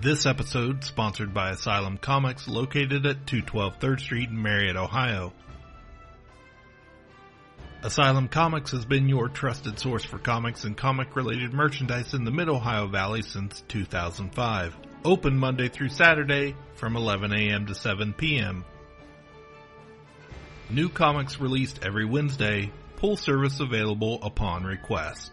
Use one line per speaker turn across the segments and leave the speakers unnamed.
This episode, sponsored by Asylum Comics, located at 212 3rd Street in Marietta, Ohio. Asylum Comics has been your trusted source for comics and comic related merchandise in the Mid Ohio Valley since 2005. Open Monday through Saturday from 11 a.m. to 7 p.m. New comics released every Wednesday, pull service available upon request.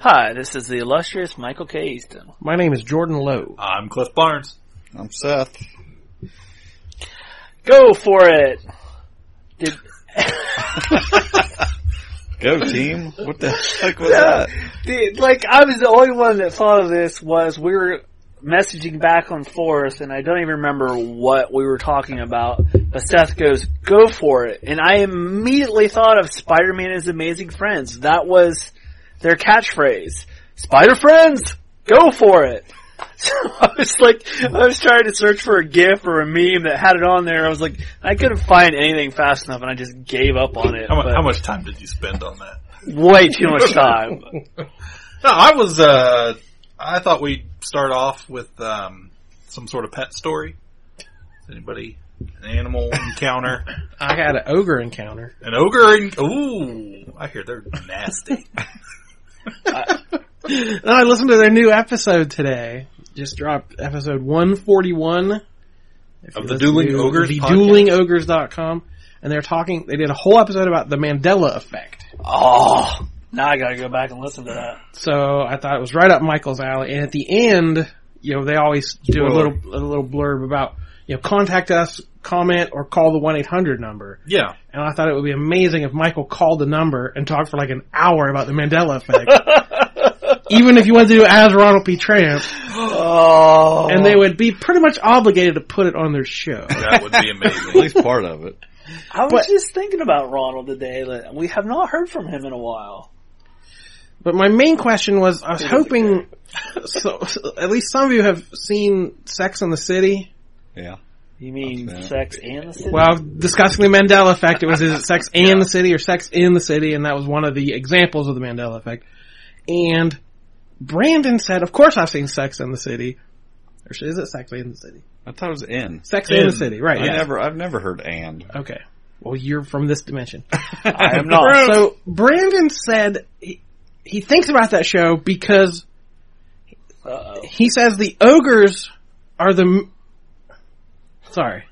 Hi, this is the illustrious Michael K. Easton.
My name is Jordan Lowe.
I'm Cliff Barnes.
I'm Seth.
Go for it! Did,
Go team. What the heck was that?
did- like, I was the only one that thought of this was we were messaging back and forth and I don't even remember what we were talking about, but Seth goes, go for it. And I immediately thought of Spider-Man and His Amazing Friends. That was their catchphrase. Spider Friends! Go for it! So I was like, I was trying to search for a GIF or a meme that had it on there. I was like, I couldn't find anything fast enough, and I just gave up on it.
How, mu-
but
how much time did you spend on that?
Way too much time.
No, I was. Uh, I thought we'd start off with um, some sort of pet story. Anybody? An animal encounter?
I had an ogre encounter.
An ogre? En- Ooh, I hear they're nasty.
And I listened to their new episode today. Just dropped episode 141. If
Of
you
the
listen
Dueling
to
Ogres
The
podcast?
duelingogres.com. And they're talking, they did a whole episode about the Mandela effect.
Oh, now I gotta go back and listen to that.
So I thought it was right up Michael's alley. And at the end, you know, they always do a
Spoiler.
little, a little blurb about, you know, contact us, comment, or call the 1-800 number.
yeah,
And I thought it would be amazing if Michael called the number and talked for like an hour about the Mandela effect. Even if you wanted to do it as Ronald P. Tramp,
Oh,
and they would be pretty much obligated to put it on their show.
that would be
At
amazing.
least part of it.
I was
but-
just thinking about Ronald today. That we have not heard from him in a while.
But my main question was, I was hoping, so, so at least some of you have seen Sex in the City.
Yeah.
You mean
That's bad.
Sex and the City?
Well, discussing the Mandela effect, it was is it Sex and the City or Sex in the City, and that was one of the examples of the Mandela effect. And Brandon said, "Of course, I've seen Sex in the City." Or is it Sex in the City?
I thought it was in.
Sex in,
In.
the City, right?
I
yeah.
never I've never heard and.
Okay. Well, you're from this dimension.
I am not.
So Brandon said he, he thinks about that show because
Uh-oh.
he says the ogres are the. m- Sorry.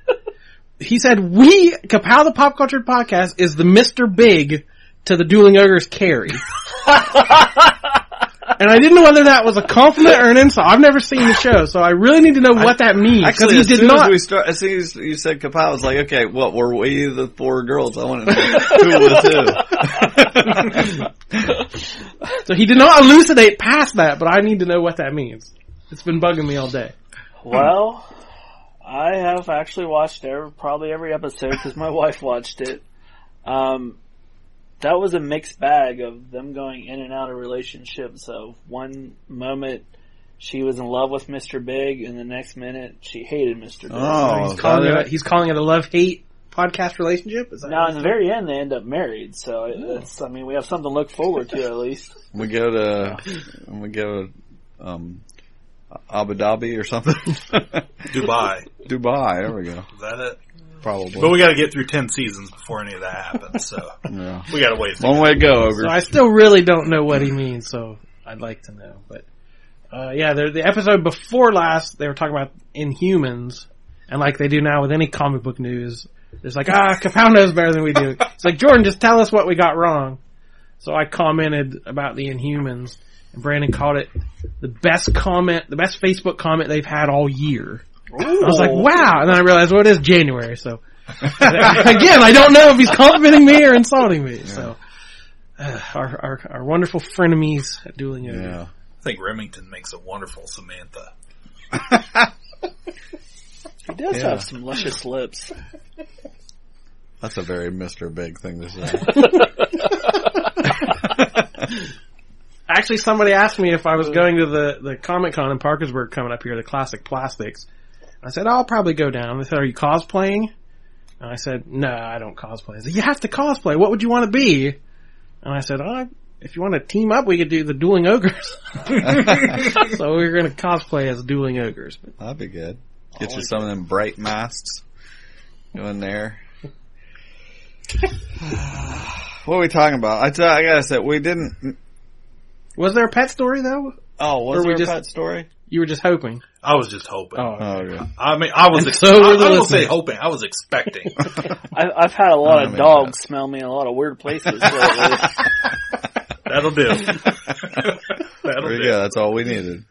he said we Kapow the Pop Culture Podcast is the Mister Big to the Dueling Ogres Carrie. And I didn't know whether that was a compliment or an insult. I've never seen the show, so I really need to know what that means. 'cause
Actually,
he
as
did
soon
not.
as we start, as soon as you said Kapow, I was like, okay, what were we the four girls? I want to know who was
So he did not elucidate past that, but I need to know what that means. It's been bugging me all day.
Well, I have actually watched every, probably every episode because my wife watched it. Um, that was a mixed bag of them going in and out of relationships. Of one moment she was in love with Mr. Big, and the next minute she hated Mr. Big.
who. oh,
he's calling it, a, he's calling it a love hate podcast relationship. Is that
Now, in the very end, they end up married, so it- it's, I mean, we have something to look forward to at least.
we go to we go to um, Abu Dhabi or something.
Dubai.
Dubai. There we go.
Is that it? But
Probably.
we got to get through ten seasons before any of that happens. So
Yeah.
we got to wait.
One way to go, ogre.
so I still really don't know what he means. So I'd like to know, but uh, yeah, the, the episode before last they were talking about Inhumans, and like they do now with any comic book news, there's like ah, Kapow knows better than we do. it's like Jordan, just tell us what we got wrong. So I commented about the Inhumans, and Brandon called it the best comment, the best Facebook comment they've had all year. I was like, wow. And then I realized, well, it is January. So again, I don't know if he's complimenting me or insulting me. So uh, our, our, our wonderful frenemies at dueling. Ogres.
yeah.
I think Remington makes a wonderful Samantha.
He does
Yeah.
have some luscious lips.
That's a very Mr. Big thing to say.
Actually, somebody asked me if I was going to the, the Comic Con in Parkersburg coming up here, the Classic Plastics. I said, I'll probably go down. They said, are you cosplaying? And I said, no, I don't cosplay. They said, you have to cosplay. What would you want to be? And I said, oh, if you want to team up, we could do the Dueling Ogres. so we were going to cosplay as Dueling Ogres. But
That'd be good. Get you some of them bright masks. Go in there. what are we talking about? I, t- I gotta say, we didn't.
was there a pet story though?
Oh, was
Or we
there a
just-
pet story?
You were just hoping.
I was just hoping.
Oh,
Oh, yeah.
I mean, I was.
And
Ex-
so
I,
were
I
the
will say
listeners.
hoping. I was expecting.
I've, I've had a lot
I
of
mean,
dogs smell me in a lot of weird places lately.
That'll do.
There
That'll
we
do.
go. That's all we needed.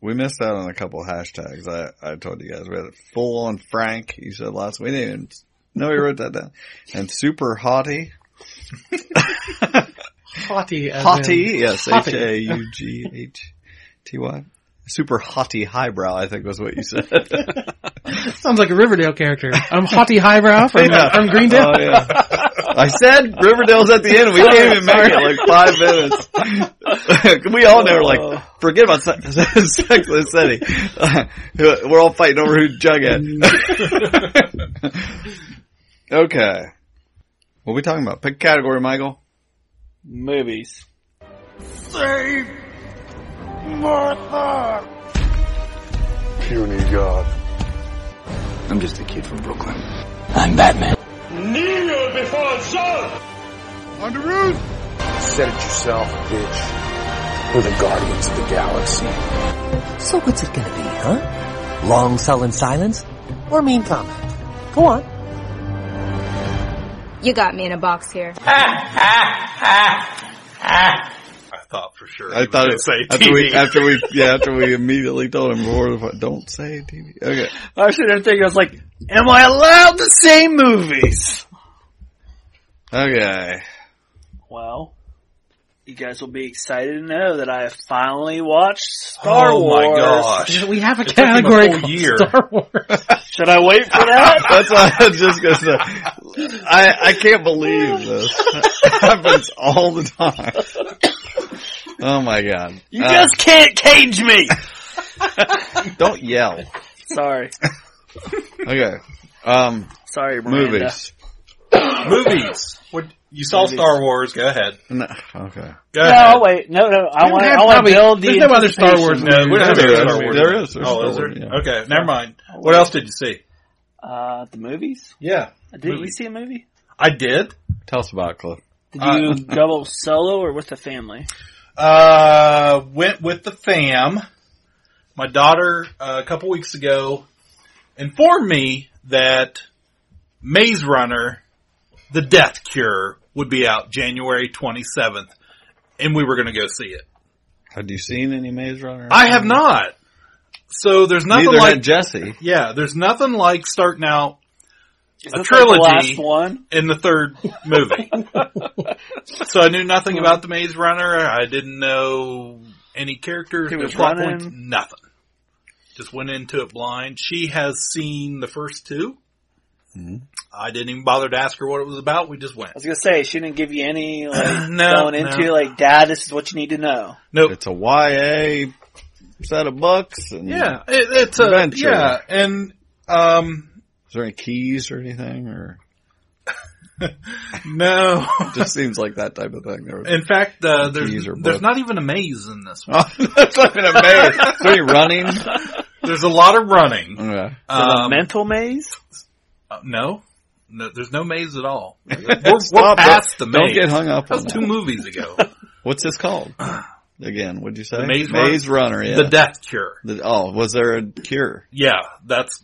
We missed out on a couple hashtags. I, I told you guys we had a full on Frank. You said last we didn't even no we wrote that down. And super haughty.
haughty. as in-
Haughty, yes, H
Haughty.
A U G H T Y. Super haughty highbrow, I think was what you said.
Sounds like a Riverdale character. I'm haughty highbrow from, uh, from Greendale.
Oh, yeah. I said Riverdale's at the end. We can't even make it like five minutes. we all know, like, forget about Se- Sex and the City. We're all fighting over who Jughead. okay. What are we talking about? Pick a category, Michael.
Movies.
I'm just a kid from Brooklyn.
I'm Batman.
Said it yourself, bitch. We're the guardians of the galaxy.
So what's it gonna be, huh? Long sullen silence or mean comment? Go on.
You got me in a box here.
I thought for sure.
I thought it
say
after we,
TV.
after we, yeah, after we immediately told him before, the- don't say TV. Okay.
I was sitting there thinking, I was like, am I allowed to say movies?
Okay.
Well, you guys will be excited to know that I have finally watched Star
oh
Wars.
my gosh!
We have a
took him a
category
whole
called
year.
Star Wars.
Should I wait for that?
That's what I was just gonna say. I, I can't believe this. It happens all the time. Oh my god.
You
Uh,
just can't cage me!
don't yell.
Sorry.
Okay. Um
Sorry, Miranda.
movies.
Movies. What you saw Star Wars? Go ahead.
No, okay.
Go ahead.
No, wait, no, no, I
We
want to,
have
I want to
probably-
build the
there's no other Star
anticipation.
Wars
No, we don't have
There
any
is.
Star Wars.
There is. There's
oh, is
Star
there?
Wars, yeah.
Okay, never mind. What else did you see?
Uh, the movies?
Yeah,
Did you
Movies.
see a movie?
I did.
Tell us about it, Cliff.
Did
Uh,
you go solo or with the family?
Uh, went with the fam. My daughter uh, a couple weeks ago informed me that Maze Runner: The Death Cure would be out January 27th, and we were going to go see it.
Have you seen any Maze Runner?
I have not. So there's nothing
Neither
like
had Jesse.
yeah, there's nothing like starting out
Is
A
this like the
trilogy.
last one?
in the third movie. so I knew nothing about the Maze Runner. I didn't know any characters,
He
no
was
plot
running.
points, nothing. Just went into it blind. She has seen the first two.
Mm-hmm.
I didn't even bother to ask her what it was about. We just went.
I was gonna say she didn't give you any like
No,
going into
no.
like, Dad, this is what you need to know.
Nope.
It's a YA set of books and
Yeah, it, it's a
Adventure.
yeah, and um,
is there any keys or anything or
no.
just seems like that type of thing. There was
In fact, uh, there's
Keys or
there's
book.
not even a maze in this one.
Oh, that's like an amazing. Is there any running?
There's a lot of running.
Okay.
The
Um,
mental maze.
Uh, no, no, there's no maze at all. We're, we're
Stop it.
past the
Don't
maze.
get hung up
that
on
was
that.
two movies ago.
What's this called? Again, what'd you say?
The Maze
Runner. yeah.
The Death Cure.
The- oh, was there a cure?
Yeah, that's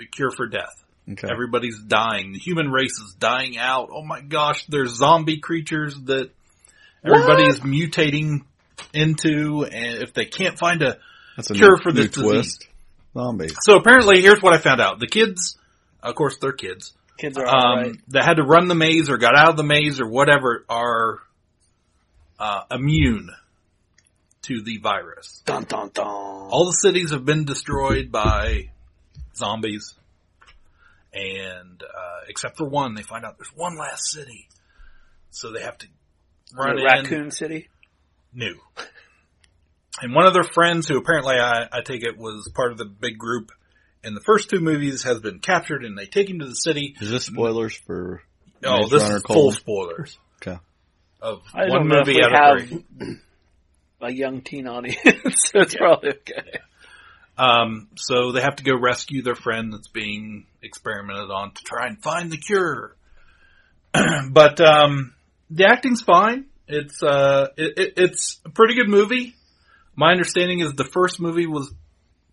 a cure for death.
Okay.
Everybody's dying. The human race is dying out. Oh my gosh, there's zombie creatures that everybody is mutating into, and if they can't find a
That's a
cure
new,
for
new
this disease.
twist. Zombie.
so apparently, here's what I found out: the kids, of course, they're kids.
Kids are
um,
alright.
that had to run the maze or got out of the maze or whatever are uh, immune to the virus.
Dun dun dun.
All the cities have been destroyed by zombies. And, uh, except for one, they find out there's one last city. So they have to run in.
Raccoon City.
new. And one of their friends, who apparently I, I take it was part of the big group in the first two movies, has been captured and they take him to the city.
Is this spoilers for?
Oh,
Maze
this
Runner
is
Colon?
full spoilers.
Okay.
Of
I
one
don't know if
movie
we
out of
have
three.
a young teen audience, so it's probably okay.
Um, so they have to go rescue their friend that's being experimented on to try and find the cure. but um, the acting's fine. It's uh, it, it, it's a pretty good movie. My understanding is the first movie was,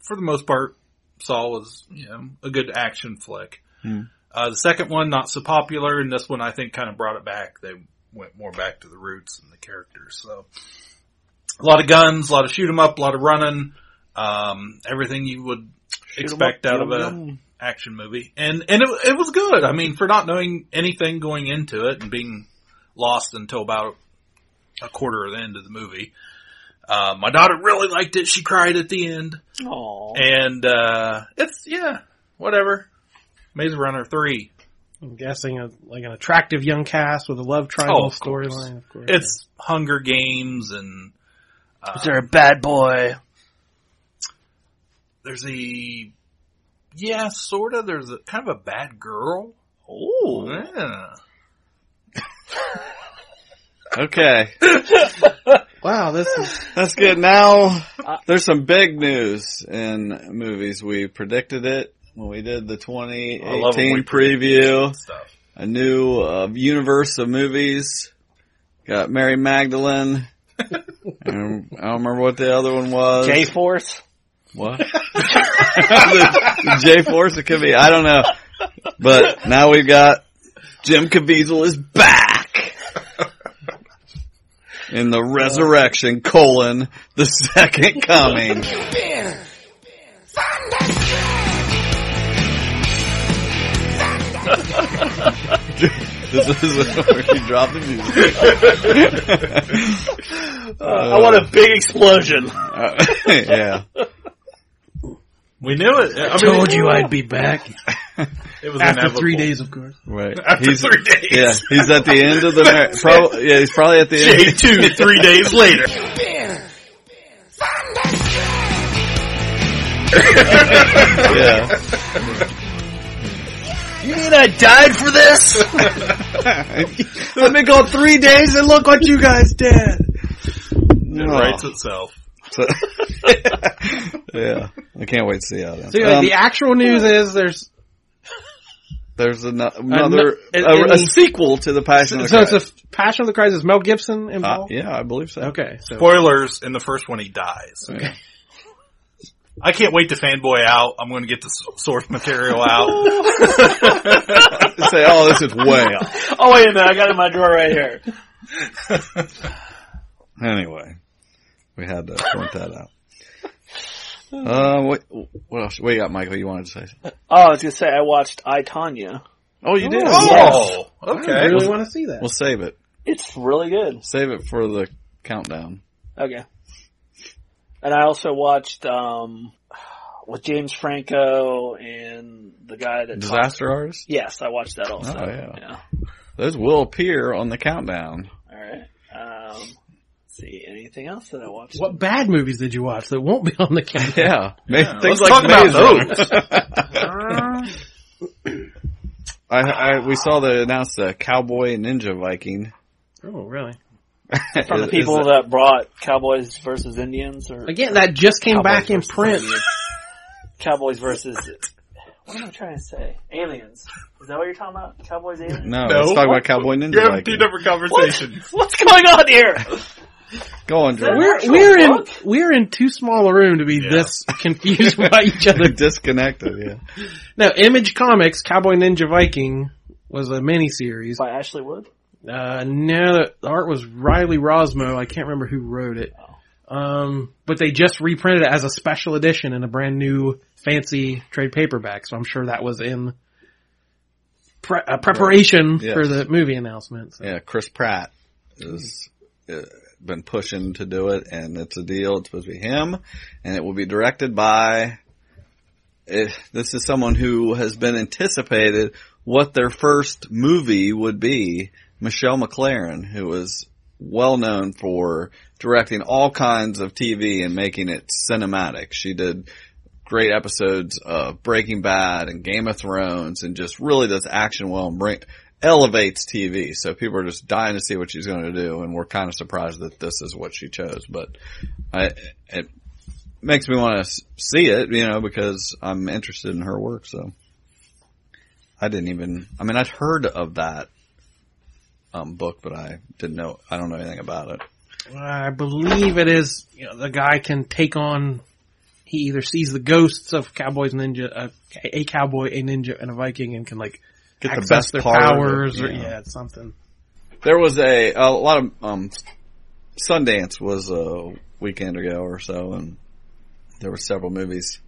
for the most part, Saw was you know a good action flick.
Hmm.
Uh, the second one not so popular, and this one I think kind of brought it back. They went more back to the roots and the characters. So a lot of guns, a lot of shoot 'em up, a lot of running, um, everything you would expect out of a action movie, and and it it was good. I mean, for not knowing anything going into it and being lost until about a quarter of the end of the movie. Uh, my daughter really liked it. She cried at the end,
Aww.
and uh, it's yeah, whatever. Maze Runner three.
I'm guessing a, like an attractive young cast with a love
Oh,
triangle
of course.
storyline. Of course,
It's Hunger Games, and uh,
Is there a bad boy?
there's a yeah, sorta. There's a kind of a bad girl.
Ooh.
Yeah.
Okay,
wow. This is
that's good. Now
Uh,
there's some big news in movies. We predicted it when we did the
I love when
2018
we predict these
preview.
stuff.
A new uh, universe of movies. Got Mary Magdalene. and I don't remember what the other one was.
J Force?
What? J Force, it could be. I don't know. But now we've got Jim Caviezel is back in the resurrection colon the second coming. this is where you drop the music.
I want a big explosion.
Uh, yeah.
We knew it. I, mean,
told you I'd be back
It was
after
inevitable.
three days, of course.
Right.
After
He's-
three days.
Yeah, he's at the end of the. Mar- pro- yeah, he's probably at the end.
Day two, three days later.
Yeah,
You mean I died for this?
I've been gone three days, and look what you guys did.
It writes itself.
So- yeah, I can't wait to see how that. Um,
So anyway, the actual news is there's
there's ano- another
it-
a, a
any-
sequel to the Passion
so,
of the
it's
Christ.
a Passion of the Christ. Is Mel Gibson
Uh,
involved?
yeah, I believe so.
Okay, so
Spoilers, in the first one he dies.
Okay.
I can't wait to fanboy out. I'm going to get the s- source material out.
Say, oh, this is way off.
oh, wait a minute. I got it in my drawer right here.
Anyway, we had to point that out. Uh, what what else? What you got, Michael? You wanted to say? something?
Oh, I was going to say, I watched I, Tanya.
Oh, you did.
oh,
I
okay.
really want to see that.
We'll save it.
It's really good.
Save it for the countdown.
Okay. And I also watched, um, with James Franco and the guy that.
Disaster artist.
Yes, I watched that also.
Oh, yeah.
yeah.
Those will appear on the countdown.
All right. Um, let's see anything else that I watched?
What bad movies did you watch that won't be on the count?
Yeah,
Yeah, let's talk about
those. I, I we saw the announced the Cowboy and Ninja Viking.
Oh, really?
From the
Is-
people
is
that brought Cowboys versus Indians or
Again, that just came
Cowboys
back in
versus
print.
Indians. Cowboys versus what am I trying to say? Aliens. Is that what you're talking about? Cowboys
that-
aliens?
no,
No.
let's talk about Cowboy Ninja
You're having two
Viking.
different conversations.
What's going on here?
Go on, Drew.
We're
actual
we're in
book?
we're in too small a room to be
Yeah.
this confused by each
They're
other.
disconnected. Yeah,
No, Image Comics Cowboy Ninja Viking was a miniseries.
By Ashley Wood.
Uh, no, the art was Riley Rosmo. I can't remember who wrote it. Um, but they just reprinted it as a special edition in a brand new fancy trade paperback. So I'm sure that was in pre- uh, preparation
Yes.
for the movie announcement. So.
yeah. Chris Pratt is uh, been pushing to do it, and it's a deal. It's supposed to be him, and it will be directed by. It, this is someone who has been anticipated what their first movie would be. Michelle McLaren, who is well known for directing all kinds of TV and making it cinematic. She did great episodes of Breaking Bad and Game of Thrones and just really does action well and bring, elevates TV. So people are just dying to see what she's going to do. And we're kind of surprised that this is what she chose, but I, it makes me want to see it, you know, because I'm interested in her work. So I didn't even, I mean, I'd heard of that um, book, but I didn't know. I don't know anything about it.
I believe it is you know, the guy can take on. He either sees the ghosts of cowboys, ninja, uh, a cowboy, a ninja, and a Viking, and can like
Get the
access
best
their
part of it,
powers, or
yeah.
yeah, it's something.
There was a a lot of um, Sundance was a weekend ago or so, and there were several movies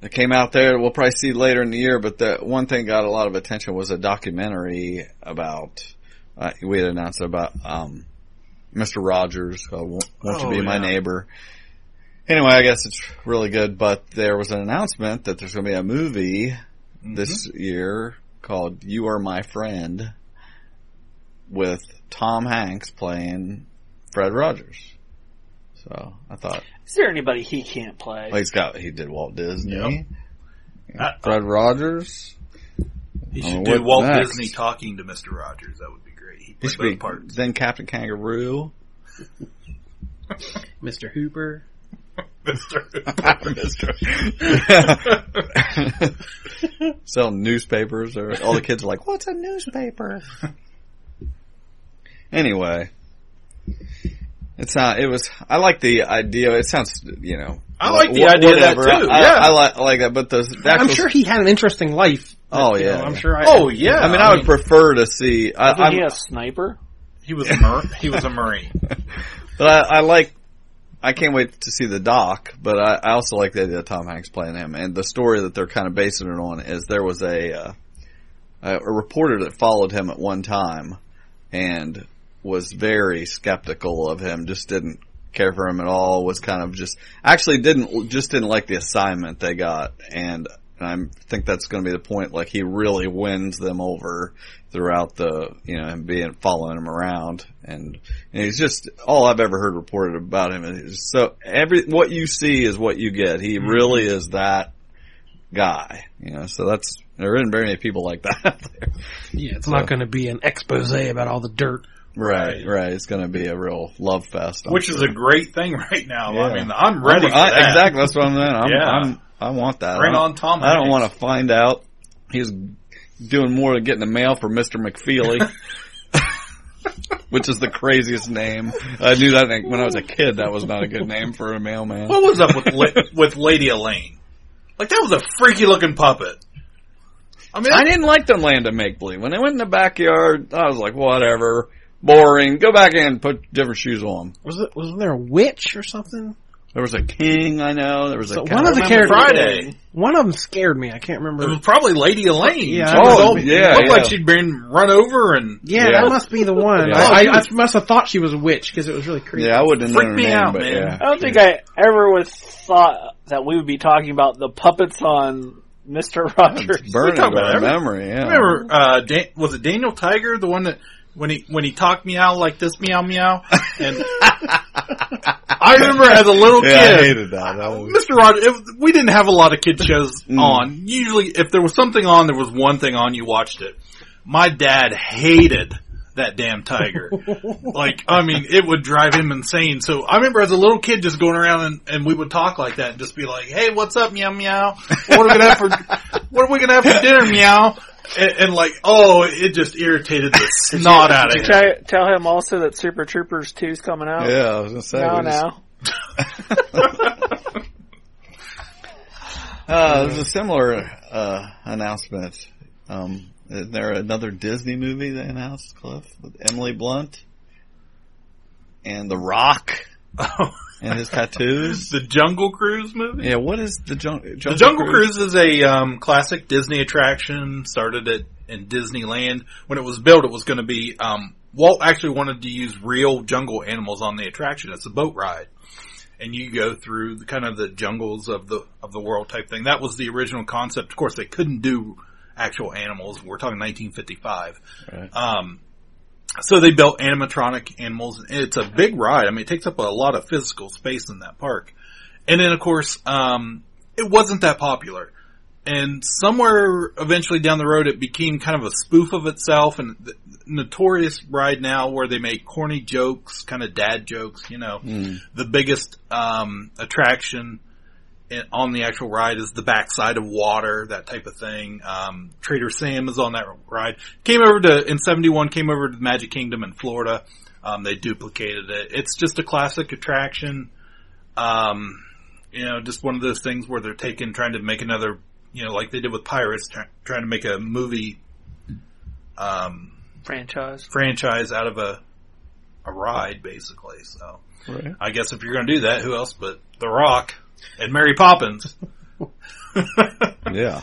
that came out there. that We'll probably see later in the year, but the one thing got a lot of attention was a documentary about uh, we had announced about um, Mr. Rogers. Uh, won't Won't you
Oh,
be my
yeah.
neighbor? Anyway, I guess it's really good, but there was an announcement that there's going to be a movie
Mm-hmm.
this year called You Are My Friend with Tom Hanks playing Fred Rogers. So I thought
Is there anybody he can't play?
well, he's got he did Walt Disney.
Yep.
Fred Rogers.
He
Oh,
should
what
do Walt
next?
Disney talking to Mr. Rogers. That would be great. He'd
He
play
should
both
be
parts.
then Captain Kangaroo.
Mr. Hooper.
Sell newspapers or all the kids are like, What's a newspaper? anyway. It's not it was I like the idea it sounds you know
I like the
wha-
idea of that
whatever.
too,
I,
yeah.
I, like I like that, but the, the
I'm
actual
sure he had an interesting life.
Oh,
You know,
yeah.
I'm sure. I,
oh yeah.
I mean, I would prefer to see. I,
Isn't he
I'm,
a sniper?
he was a Mar- he was a Marine.
but I, I like. I can't wait to see the doc, but I, I also like the idea of Tom Hanks playing him. And the story that they're kind of basing it on is there was a uh, a a reporter that followed him at one time and was very skeptical of him. Just didn't care for him at all. Was kind of just actually didn't just didn't like the assignment they got and. And I think that's going to be the point. Like he really wins them over throughout the, you know, him being following him around, and and he's just all I've ever heard reported about him. is he's so every what you see is what you get. He
Mm-hmm.
really is that guy, you know. So that's there isn't very many people like that. out there.
yeah, it's not going to be an expose about all the dirt.
Right, right. It's going to be a real love fest. I'm
Which
sure.
is a great thing right now. I
Yeah.
mean, I'm ready
I'm-
for
I-
that.
Exactly. That's what I'm saying. I'm,
Yeah.
I'm, I want that.
Bring
I don't-
on Tom
I don't
Hanks.
want to find out he's doing more than getting the mail for Mr. McFeely. Which is the craziest name. I knew that when I was a kid, that was not a good name for a mailman.
What was up with La- with Lady Elaine? Like that was a freaky looking puppet. I mean,
I didn't like them land of make believe. When they went in the backyard, I was like, whatever, boring. Go back in, put different shoes on.
Was it? Wasn't there a witch or something?
There was a king, I know. There was a
So
cat.
one of the
remember
characters.
Friday.
One of them scared me. I
it
can't
was
Mm.
remember.
probably Lady Elaine.
Yeah,
She
I
was
Oh,
all-
yeah,
looked like
yeah.
she'd been run over and
Yeah,
Yeah.
that must be the one.
Yeah.
I, I, I must have thought she was a witch because it was really creepy.
yeah, I wouldn't have
Freaked
known her
me
name,
out,
but
man.
yeah.
I don't think I ever would have thought that we would be talking about the puppets on Mr. Rogers.
It's burning
talking about
our
everything.
memory. Yeah.
Remember, uh, Dan- was it Daniel Tiger, the one that when he when he talked meow like this meow meow? And I remember as a little
Yeah, I
kid,
hated that. That was-
Mr. Rogers. It, we didn't have a lot of kid shows
Mm.
on. Usually, if there was something on, there was one thing on. You watched it. My dad hated that damn tiger. like, I mean, it would drive him insane. So I remember as a little kid just going around and, and we would talk like that and just be like, Hey, what's up? Meow meow. What are we gonna have for, what are we gonna have for dinner? Meow. And, and like, oh, it just irritated the snot out of him.
Did you try, tell him also that Super Troopers 2 is coming out?
yeah, I was gonna say.
No,
we
no.
just- Uh, there's a similar uh, announcement. Um, is there another Disney movie they announced, Cliff, with Emily Blunt and The Rock
Oh.
and his tattoos?
the Jungle Cruise movie?
Yeah, what is the jung- Jungle,
The Jungle Cruise is a um, classic Disney attraction. Started it in Disneyland. When it was built, it was going to be um, Walt actually wanted to use real jungle animals on the attraction. It's a boat ride. And you go through the kind of the jungles of the, of the world type thing. That was the original concept. Of course, they couldn't do actual animals. We're talking 1955.
Right.
Um, so they built animatronic animals. It's a big ride. I mean, it takes up a lot of physical space in that park. And then, of course, um, it wasn't that popular. And somewhere eventually down the road, it became kind of a spoof of itself and the notorious ride now where they make corny jokes, kind of dad jokes, you know. The biggest, um, attraction in- on the actual ride is the backside of water, that type of thing. Um, Trader Sam is on that ride. Came over to, in 71, came over to the Magic Kingdom in Florida. Um, they duplicated it. It's just a classic attraction. Um, you know, just one of those things where they're taking, trying to make another, you know, like they did with Pirates, try, trying to make a movie, um,
franchise.
franchise out of a, a ride basically. So
Right.
I guess if you're going to do that, who else but The Rock and Mary Poppins?
Yeah.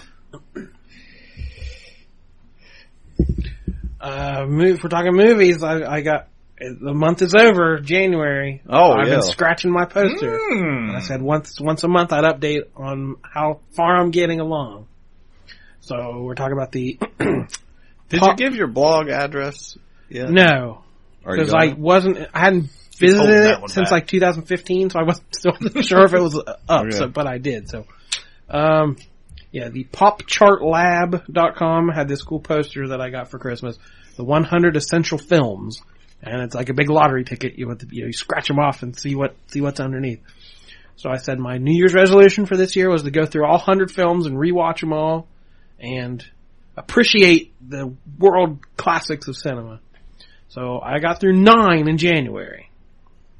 Uh, move, if we're talking movies, I, I got the month is over, January.
Oh,
I've
yeah. Mm.
been scratching my poster.
Hmm.
I said once once a month I'd update on how far I'm getting along. So we're talking about the
Did
Pa-
you give your blog address? Yeah.
no
Are you
because I
gonna?
wasn't I hadn't
He's holding
visited
that one
it since
back.
like 2015, so I wasn't still sure if it was up.
Okay.
So but I did. So um yeah, the popchartlab.com had this cool poster that I got for Christmas, the 100 essential films, and it's like a big lottery ticket. You, want to, you, know, you scratch them off and see what see what's underneath. So I said my New Year's resolution for this year was to go through all 100 films and rewatch them all and appreciate the world classics of cinema. So I got through 9 in January,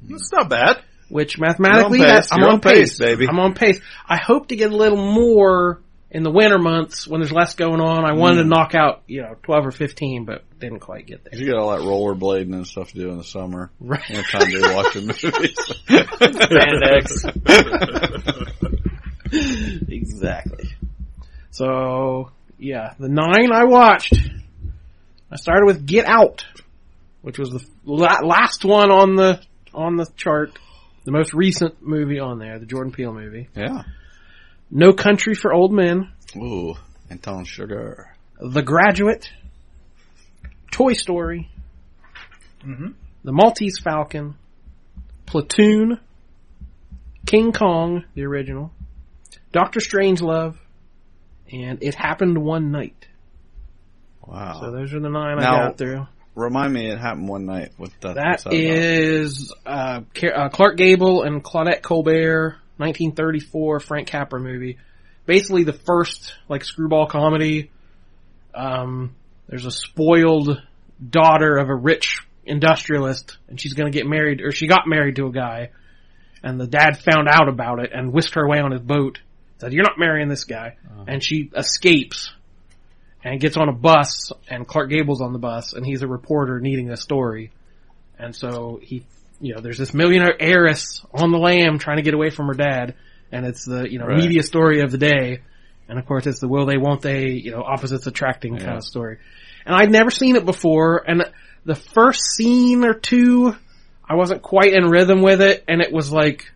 It's not bad.
which mathematically
You're on
that-
pace.
I'm
You're
on
on pace,
pace,
baby.
I'm on pace. I hope to get a little more in the winter months when there's less going on. I
Mm.
wanted to knock out, you know, 12 or 15, but didn't quite get there.
You got all that rollerblading and stuff to do in the summer.
Right.
What time do you watch the movies?
exactly. So yeah, the nine I watched. I started with Get Out, which was the la- last one on the on the chart, the most recent movie on there, the Jordan Peele movie.
yeah.
No Country for Old Men,
Ooh, Anton Sugar.
The Graduate, Toy Story, The Maltese Falcon, Platoon, King Kong, the original, Doctor Strangelove, and It Happened One Night.
Wow.
So those are the nine
Now,
I got through.
Remind me, it happened one night with that.
That is uh, Car- uh, Clark Gable and Claudette Colbert, 1934 Frank Capra movie. Basically, the first like screwball comedy. Um, there's a spoiled daughter of a rich industrialist, and she's going to get married, or she got married to a guy, and the dad found out about it and whisked her away on his boat. Said, "You're not marrying this guy," and she escapes and gets on a bus, and Clark Gable's on the bus, and he's a reporter needing a story. And so he, you know, there's this millionaire heiress on the lam trying to get away from her dad, and it's the, you know,
Right.
media story of the day. And of course it's the will they, won't they, you know, opposites attracting kind
Yeah.
of story. And I'd never seen it before, and the first scene or two, I wasn't quite in rhythm with it, and it was like,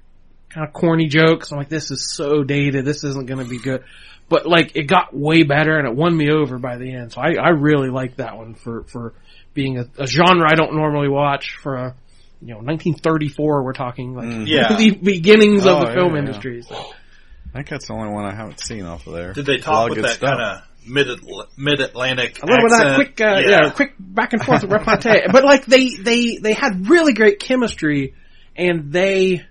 kind of corny jokes. I'm like, this is so dated. This isn't going to be good. But like, it got way better and it won me over by the end. So I, I really liked that one for, for being a, a genre I don't normally watch for a, you know, 1934 we're talking like
Yeah.
the beginnings
Mm. Oh,
of the film
yeah, yeah.
industry. So,
I think that's the only one I haven't seen off of there.
Did they
A lot
talk
of
with
good
that
stuff.
kind of mid mid Atlantic?
a little bit of that quick, uh, yeah. quick back and forth repartee. But like they, they, they had really great chemistry and they,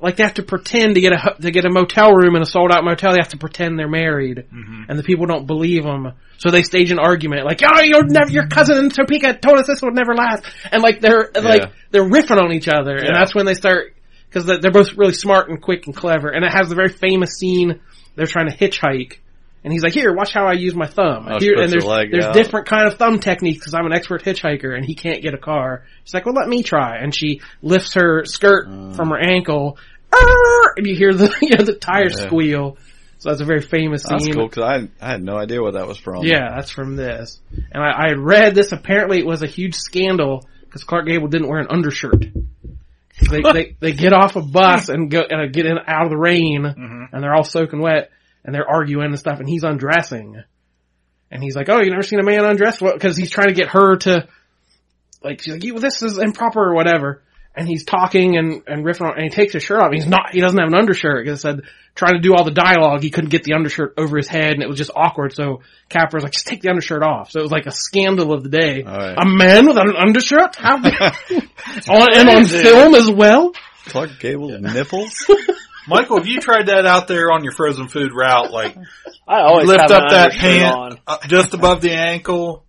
like they have to pretend to get a, ho- to get a motel room in a sold out motel. They have to pretend they're married.
hmm
and the people don't believe them. So they stage an argument like, "Oh, you're never, your cousin in Topeka told us this would never last," and like they're like they're riffing on each other, and
Yeah.
that's when they start because they're they're both really smart and quick and clever, and it has the very famous scene they're trying to hitchhike. And he's like, here, watch how I use my thumb.
Oh, she
Here-
puts
and there's,
her leg
there's
out.
different kind of thumb techniques because I'm an expert hitchhiker and he can't get a car. She's like, well, let me try. And she lifts
Mm.
Ah! her skirt from her ankle, "Arr!" and you hear the, you know, the tire
Yeah.
squeal. So that's a very famous scene.
That's cool because I I had no idea what that was from.
Yeah, that's from this. And I, I had read this. Apparently, it was a huge scandal because Clark Gable didn't wear an undershirt. They, they they get off a bus and go and get in out of the rain, and they're all soaking wet, and they're arguing and stuff, and he's undressing, and he's like, "Oh, you never seen a man undress?" Because he's trying to get her to, like, she's like, "You- "This is improper" or whatever. And he's talking and, and riffing on, and he takes his shirt off. He's not, he doesn't have an undershirt. Because said, trying to do all the dialogue, he couldn't get the undershirt over his head and it was just awkward. So Capra was like, just take the undershirt off. So it was like a scandal of the day.
All right.
A man without an undershirt? How? on, and on film as well?
Clark Gable nipples.
Michael, have you tried that out there on your frozen food route? Like
I always
lift
have
up
an
that
undershirt
pant
On.
uh, just above the ankle.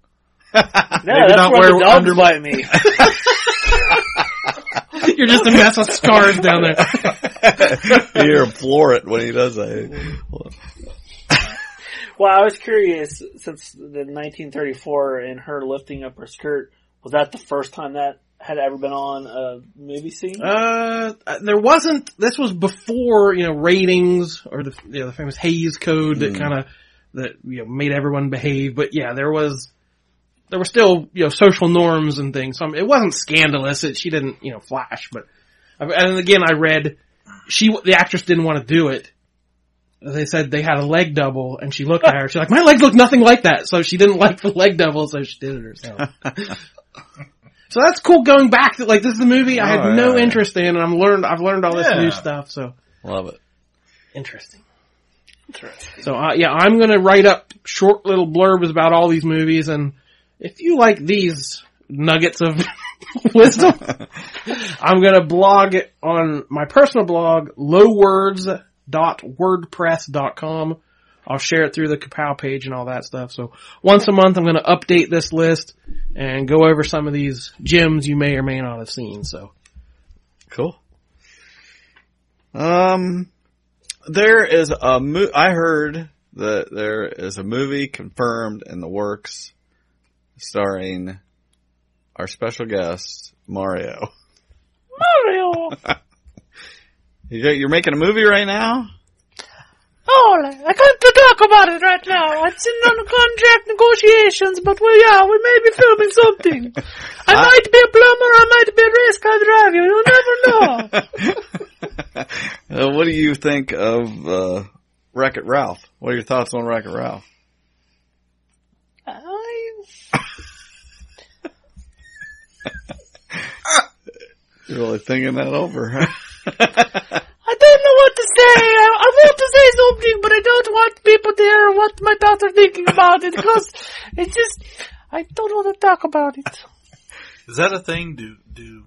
No,
Maybe
that's
not
where the
wear
dogs
under-
bite me.
You're just a mess of scars down there.
you hear him floor it when he does that.
Well, I was curious since the 1934 and her lifting up her skirt was that the first time that had ever been on a movie scene?
Uh, there wasn't. This was before you know ratings or the you know, the famous Hayes Code that kind of that you know made everyone behave. But yeah, there was there were still you know social norms and things. So I mean, it wasn't scandalous. It, she didn't you know flash. But and again, I read she the actress didn't want to do it. They said they had a leg double, and she looked at her. She's like, "My legs look nothing like that," so she didn't like the leg double, so she did it herself. so that's cool. Going back to like this is the movie I had
Oh,
no
yeah, yeah.
interest in, and I'm learned. I've learned all this
Yeah.
new stuff. So
Love it.
interesting. So uh, yeah, I'm gonna write up short little blurbs about all these movies, and if you like these nuggets of wisdom, I'm gonna blog it on my personal blog, lowwords.wordpress.com. I'll share it through the Kapow page and all that stuff. So once a month, I'm gonna update this list and go over some of these gems you may or may not have seen. So
Cool. Um, there is a mo- I heard that there is a movie confirmed in the works starring our special guest, Mario.
Mario,
You're you're making a movie right now?
oh, I can't talk about it right now. I'm sitting on contract negotiations, but well, yeah, we may be filming something. I, might be a plumber, I might be a race car driver. You never know.
Uh, what do you think of uh, Wreck It Ralph? What are your thoughts on Wreck It Ralph?
I,
You're really thinking that over.
I don't know what to say. I, I want to say something, but I don't want people to hear what my thoughts are thinking about it because it's just I don't want to talk about it.
Is that a thing? Do do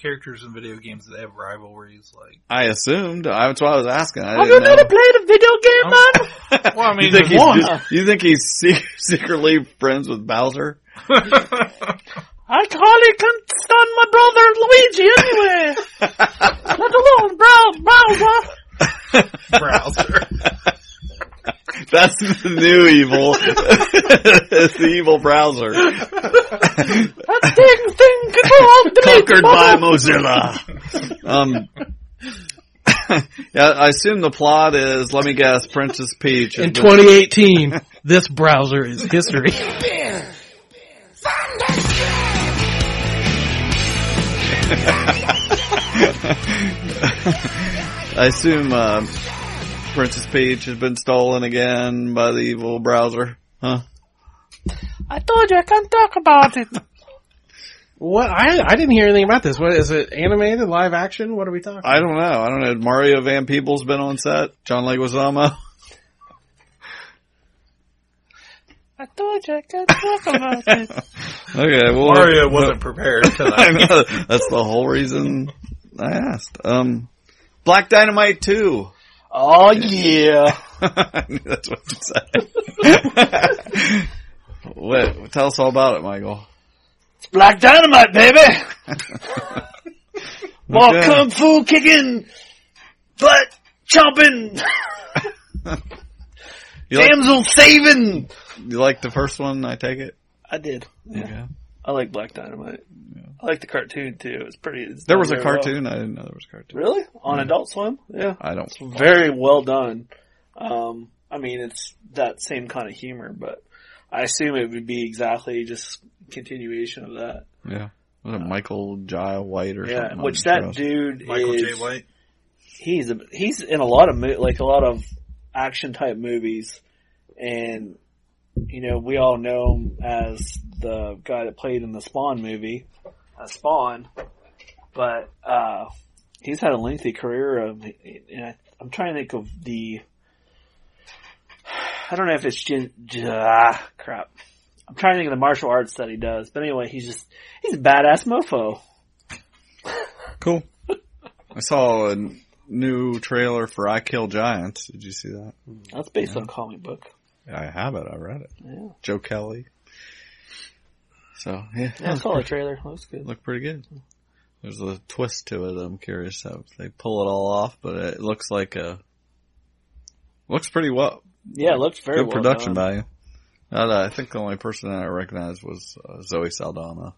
characters in video games that have rivalries? Like,
I assumed. I, that's why I was asking. I
Have you
didn't know.
never played a video game, man?
well, I mean,
you think he's
there's
just- you think he's se- secretly friends with Bowser?
one.
I hardly can stand my brother Luigi anyway. Let alone Brown Bowser.
browser.
That's the new evil. it's the evil browser
That thing thing can go off the meat,
conquered by
mother.
Mozilla. Um, yeah, I assume the plot is. Let me guess, Princess Peach.
in
is the-
2018, this browser is history.
I assume uh, Princess Peach has been stolen again by the evil browser. Huh?
I told you I can't talk about it.
What I I didn't hear anything about this. What is it? Animated, live action? What are we talking?
I don't know. I don't know. Had Mario Van Peebles been on set? John Leguizamo?
I told you I can't talk about it.
Okay, well,
Mario wasn't prepared
I
tonight.
know. That's the whole reason I asked. Um, Black Dynamite 2.
Oh yeah.
I knew that's what you said. What, tell us all about it, Michael.
It's Black Dynamite, baby. More
Okay.
kung fu kicking, butt chomping,
You like,
damsel saving.
you like the first one, I take it?
I did.
Okay.
I like Black Dynamite. I like the cartoon too. It's pretty. It's
There
done
was a
very well.
cartoon? I didn't know there was a cartoon.
Really? On Adult Swim? Yeah.
I don't.
Very well done. Um, I mean, it's that same kind of humor, but I assume it would be exactly just continuation of that.
Yeah. Was it Michael Jai White or
Yeah,
something?
which
I
that
don't know.
dude
Michael
is.
J. White.
He's a, he's in a lot of mo- like a lot of action type movies, and you know we all know him as the guy that played in the Spawn movie, uh, Spawn. But uh, he's had a lengthy career of, and I, I'm trying to think of the. I don't know if it's Jin, J- ah, crap. I'm trying to think of the martial arts that he does, but anyway, he's just he's a badass mofo.
Cool. I saw a new trailer for I Kill Giants. Did you see that?
That's based on a comic book.
I have it. I read it.
Yeah.
Joe Kelly. So yeah,
Yeah, I saw the trailer. That was good.
looked pretty good. There's a twist to it. I'm curious how they pull it all off, but it looks like a looks pretty well.
Yeah, it looked very
good
well
production
done.
value. Not, uh, I think the only person that I recognized was uh, Zoe Saldana.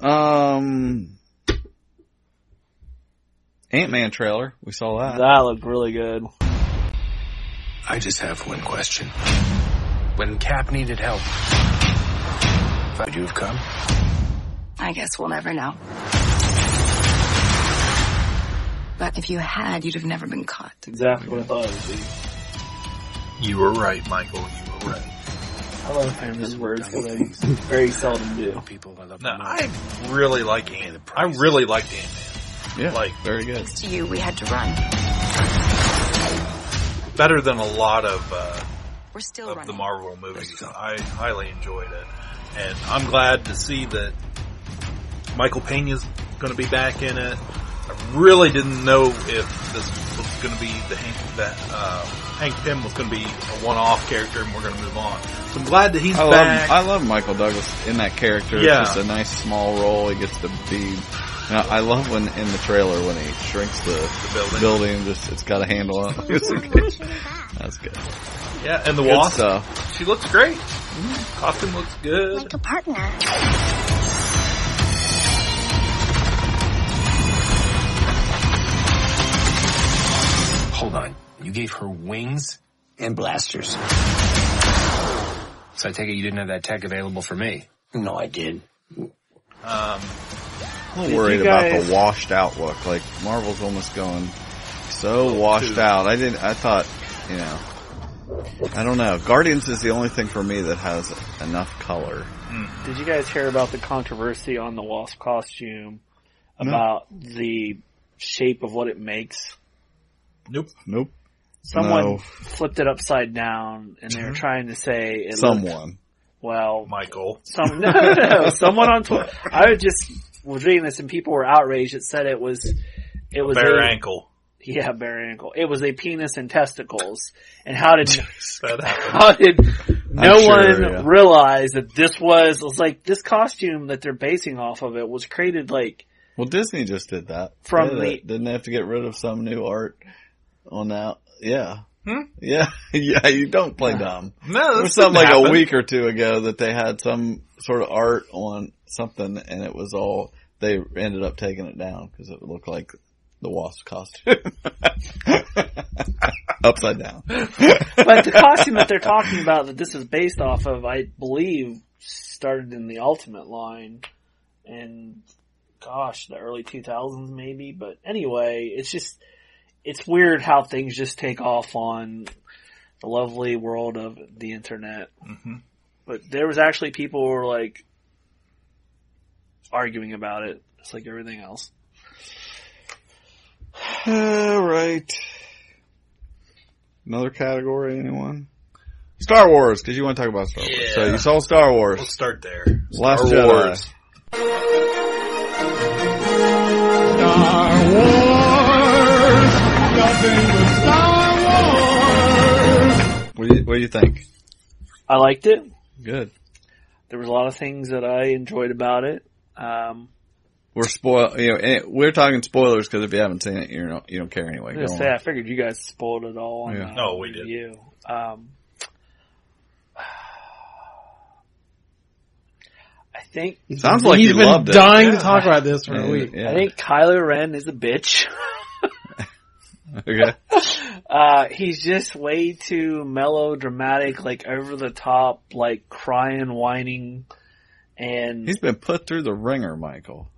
Um, Ant Man trailer. We saw that.
That looked really good.
I just have one question. When Cap needed help, would you have come?
I guess we'll never know. But if you had, you'd have never been caught.
Exactly what I thought it would be.
You were right, Michael. You were right.
I love Pam's words because they very seldom do.
People I love
No, I really like Ant. I really liked Ant
yeah,
like-
very good.
Thanks to you, we had to run.
Man better than a lot of uh,
We're still
of
running.
the Marvel movies. I highly enjoyed it, and I'm glad to see that Michael Pena's going to be back in it. I really didn't know if this was going to be the Hank that uh, Hank Pym was going to be a one-off character, and we're going to move on. So I'm glad that he's
I
back.
love, I love Michael Douglas in that character.
Yeah.
It's just a nice small role. He gets to be. Now, I love when in the trailer when he shrinks the
the building.
building. Just it's got a handle on. it. It's okay. That's good.
Yeah, and the
Good
wasp.
stuff.
She looks great. Costume looks good.
a partner.
Hold on. You gave her wings and blasters.
So I take it you didn't have that tech available for me.
No, I did.
Um,
I'm a
Did
little worried
you
about
guys-
the washed out look. Like Marvel's almost going
Oh,
so washed
too-
out. I didn't. I thought you know. I don't know. Guardians is the only thing for me that has enough color.
Did you guys hear about the controversy on the wasp costume? About the shape of what it makes?
nope.
Nope.
Someone
No.
flipped it upside down and they were trying to say it looked,
Someone.
well,
Michael.
Some no, no, no. Someone on Twitter. I was just was reading this, and people were outraged. It said it was, it was
Bare
a,
ankle.
Yeah, bare ankle. It was a penis and testicles. And how did
That happened.
how did no
I'm sure,
one
yeah.
realize that this was? It was like this costume that they're basing off of. It was created like
Well, Disney just did that.
From
They
the-
did- didn't they have to get rid of some new art on that. Yeah.
Hmm?
Yeah, yeah, you don't play dumb.
No,
There
that
was something like
happened.
a week or two ago that they had some sort of art on something and it was all, they ended up taking it down because it looked like the wasp costume. Upside down.
but the costume that they're talking about that this is based off of, I believe, started in the Ultimate line, and gosh, the early two thousands maybe. But anyway, it's just it's weird how things just take off on the lovely world of the internet.
Mhm.
But there was actually people who were like arguing about it, just like everything else.
Alright. Another category, anyone? Star Wars, because you want to talk about Star Wars. So
Yeah.
you saw Star Wars.
Let's start there.
Last
Star
Jedi.
Wars.
What do you, what do you think?
I liked it.
Good.
There was a lot of things that I enjoyed about it. Um,
We're spoil. You know, and we're talking spoilers because if you haven't seen it, you don't you don't care anyway.
I was
Go
gonna
on.
say, I figured you guys spoiled it all. On,
Yeah.
uh,
No, we did.
You. Um, I think
Sounds like
He's
you
been
loved it.
dying
Yeah.
to talk about this for
Yeah,
a week.
yeah.
I think Kylo Ren is a bitch.
Okay.
Uh, he's just way too melodramatic, like over the top, like crying, whining, and
He's been put through the ringer, Michael.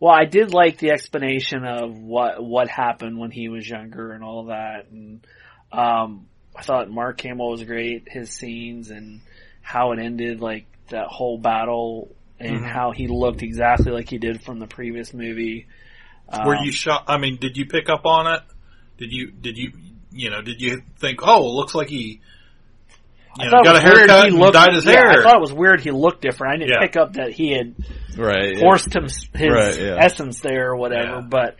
well, I did like the explanation of what what happened when he was younger and all that, and um, I thought Mark Hamill was great, his scenes and how it ended, like that whole battle, and
Mm-hmm.
how he looked exactly like he did from the previous movie.
Were
Um,
you shocked? I mean, did you pick up on it? Did you? Did you? You know? Did you think? Oh, it looks like he. You
I
know,
thought
got a
it was weird
haircut
he
and
looked-
dyed his
yeah,
hair.
I thought it was weird he looked different. I didn't
Yeah.
pick up that he had
Right. yeah.
forced him his
Right, yeah.
essence there or whatever,
Yeah.
but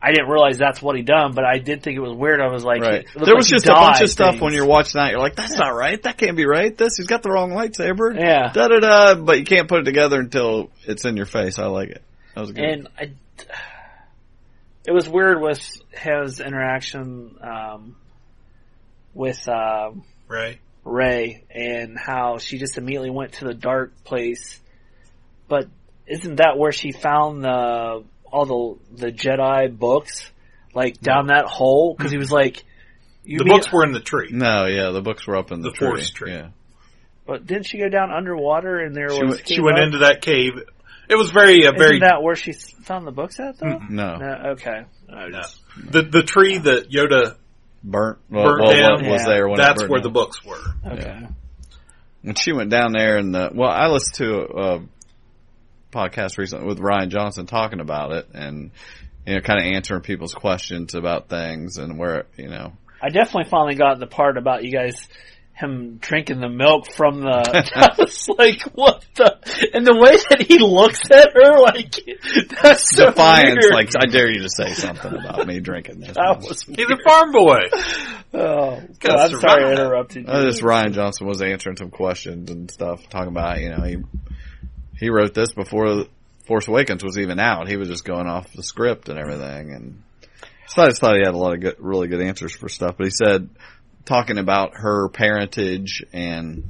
I didn't realize that's what he done. But I did think it was weird. I was like,
Right.
it looked
There
like
was
he
just a bunch
dyed
of stuff
things.
when you're watching that. You're like, that's not right. That can't be right. This, he's got the wrong lightsaber.
Yeah.
Da da da. But you can't put it together until it's in your face. I like it. That was good.
and I, it was weird with his interaction um, with uh,
right.
Ray and how she just immediately went to the dark place. But isn't that where she found the all the the Jedi books, like down that hole? Because he was like, you
The
mean-
books were in the tree.
no, yeah, the books were up in the,
The forest tree.
Yeah.
But didn't she go down underwater and there
She
was?
went-
She
came
went
up?
into that cave. It was very, uh,
Isn't
very.
that where she s- found the books at though?
No.
No, okay. I
no.
just-
The the tree that Yoda
Burnt. Well,
burnt
well,
down.
what was
Yeah.
there when it
that's
burnt
where
down.
the books were.
Okay.
And she went down there and the, well, I listened to a, a podcast recently with Ryan Johnson talking about it and, you know, kind of answering people's questions about things and where, you know,
I definitely finally got the part about you guys him drinking the milk from the I was like what the and the way that he looks at her like that's so
defiance,
weird.
like, I dare you to say something about me drinking this.
that was
He's a farm boy.
oh
Gotta
I'm sorry I
survive.
interrupted you.
Uh, this Ryan Johnson was answering some questions and stuff, talking about you know he he wrote this before Force Awakens was even out. He was just going off the script and everything, and so I just thought he had a lot of good, really good answers for stuff. But he said talking about her parentage and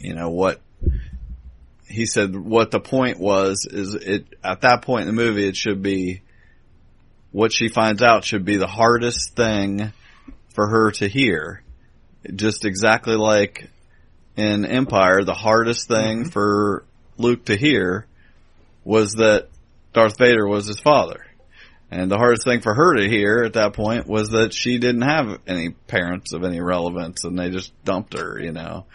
you know what he said what the point was is it at that point in the movie it should be what she finds out should be the hardest thing for her to hear just exactly like in empire the hardest thing for luke to hear was that darth vader was his father and the hardest thing for her to hear at that point was that she didn't have any parents of any relevance and they just dumped her you know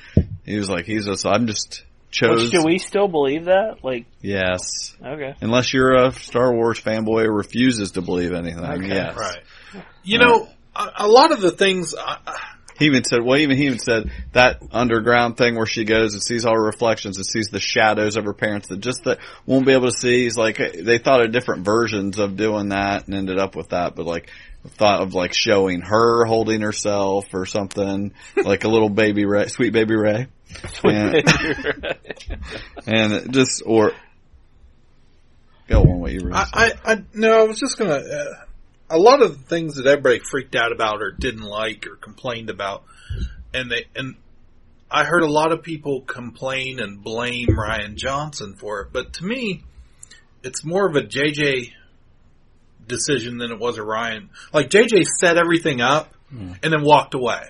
he was like he's just i'm just
Which,
chose
do we still believe that? Like
yes
okay.
Unless you're a Star Wars fanboy who refuses to believe anything. yes.
Right. You know, a, a lot of the things. I, I-
He even said, well, even he even said that underground thing where she goes and sees all her reflections and sees the shadows of her parents that just that won't be able to see. He's like, they thought of different versions of doing that and ended up with that, but like, thought of like showing her holding herself or something, like a little baby Ray, sweet baby Ray. and, and it just, or, go on what you were gonna say.
I, I, I no, I was just gonna. Uh, a lot of the things that everybody freaked out about or didn't like or complained about, and they and I heard a lot of people complain and blame Ryan Johnson for it, but to me, it's more of a JJ decision than it was a Ryan. Like JJ set everything up and then walked away.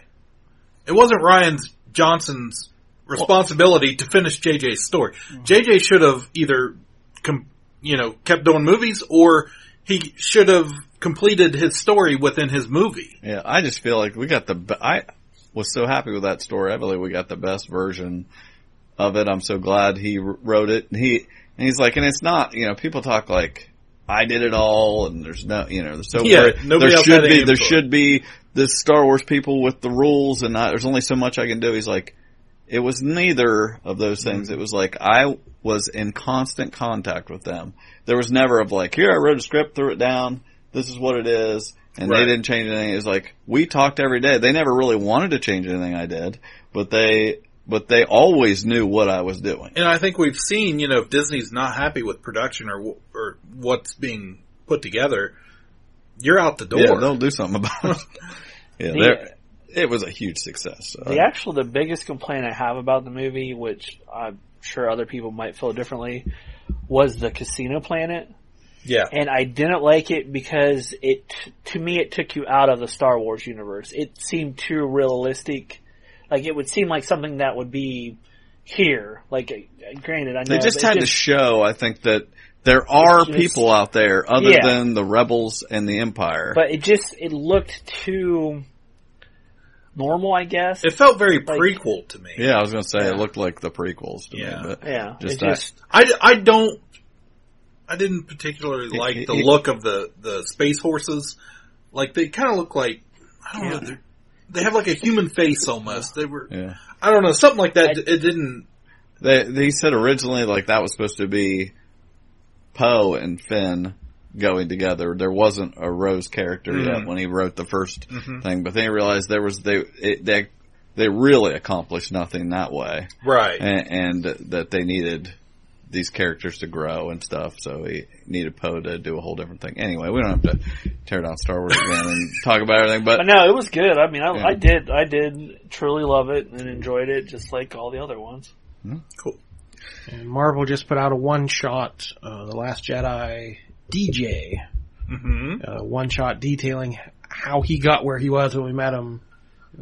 It wasn't Ryan's Johnson's responsibility to finish JJ's story. JJ should have either com- you know, kept doing movies or he should have completed his story within his movie.
Yeah, I just feel like we got the. be- I was so happy with that story. I believe we got the best version of it. I'm so glad he wr- wrote it. And he and he's like, and it's not. You know, people talk like I did it all, and there's no. You know, there's so
Yeah,
worried.
nobody
there
else
should
had any
be there
input.
should be this Star Wars people with the rules, and I, there's only so much I can do. He's like, it was neither of those
Mm-hmm.
things. It was like I was in constant contact with them. There was never of like, here I wrote a script, threw it down. This is what it is, and they
Right.
didn't change anything. It was like we talked every day. They never really wanted to change anything I did, but they but they always knew what I was doing.
And I think we've seen, you know, if Disney's not happy with production or wh- or what's being put together, you're out the door.
Yeah, they'll do something about it. yeah,
The-
they're- it was a huge success. Uh, So
Uh,
The actual, the biggest complaint I have about the movie, which I'm sure other people might feel differently, was the casino planet.
Yeah.
and I didn't like it because it to me it took you out of the Star Wars universe. It seemed too realistic. Like it would seem like something that would be here. Like uh, granted, I know
They just
but
had
it
to show, I think, that there are
just-
people out there other
Yeah.
than the rebels and the empire.
but it just it looked too normal, I guess.
It felt very
Like-
prequel to me.
yeah, I was going to say it looked like the prequels to
Yeah.
me, but
yeah,
just
it
that-
just
I, I don't. I didn't particularly
It-
like
it-
the
it-
look of the the space horses. Like they kind of look like I don't know. they're- They have like a human face almost. They were
yeah.
I don't know something like that. it didn't.
They they said originally like that was supposed to be Poe and Finn going together. There wasn't a Rose character yet when he wrote the 1st thing, but then he realized there was they it, they they really accomplished nothing that way,
Right.
and, and that they needed these characters to grow and stuff. So he needed Poe to do a whole different thing. Anyway, we don't have to tear down Star Wars again and talk about everything, but
But no, it was good. I mean, I,
Yeah.
I did, I did truly love it and enjoyed it, just like all the other ones.
And Marvel just put out a one shot, uh, The Last Jedi DJ.
hmm
Uh, one shot detailing how he got where he was when we met him,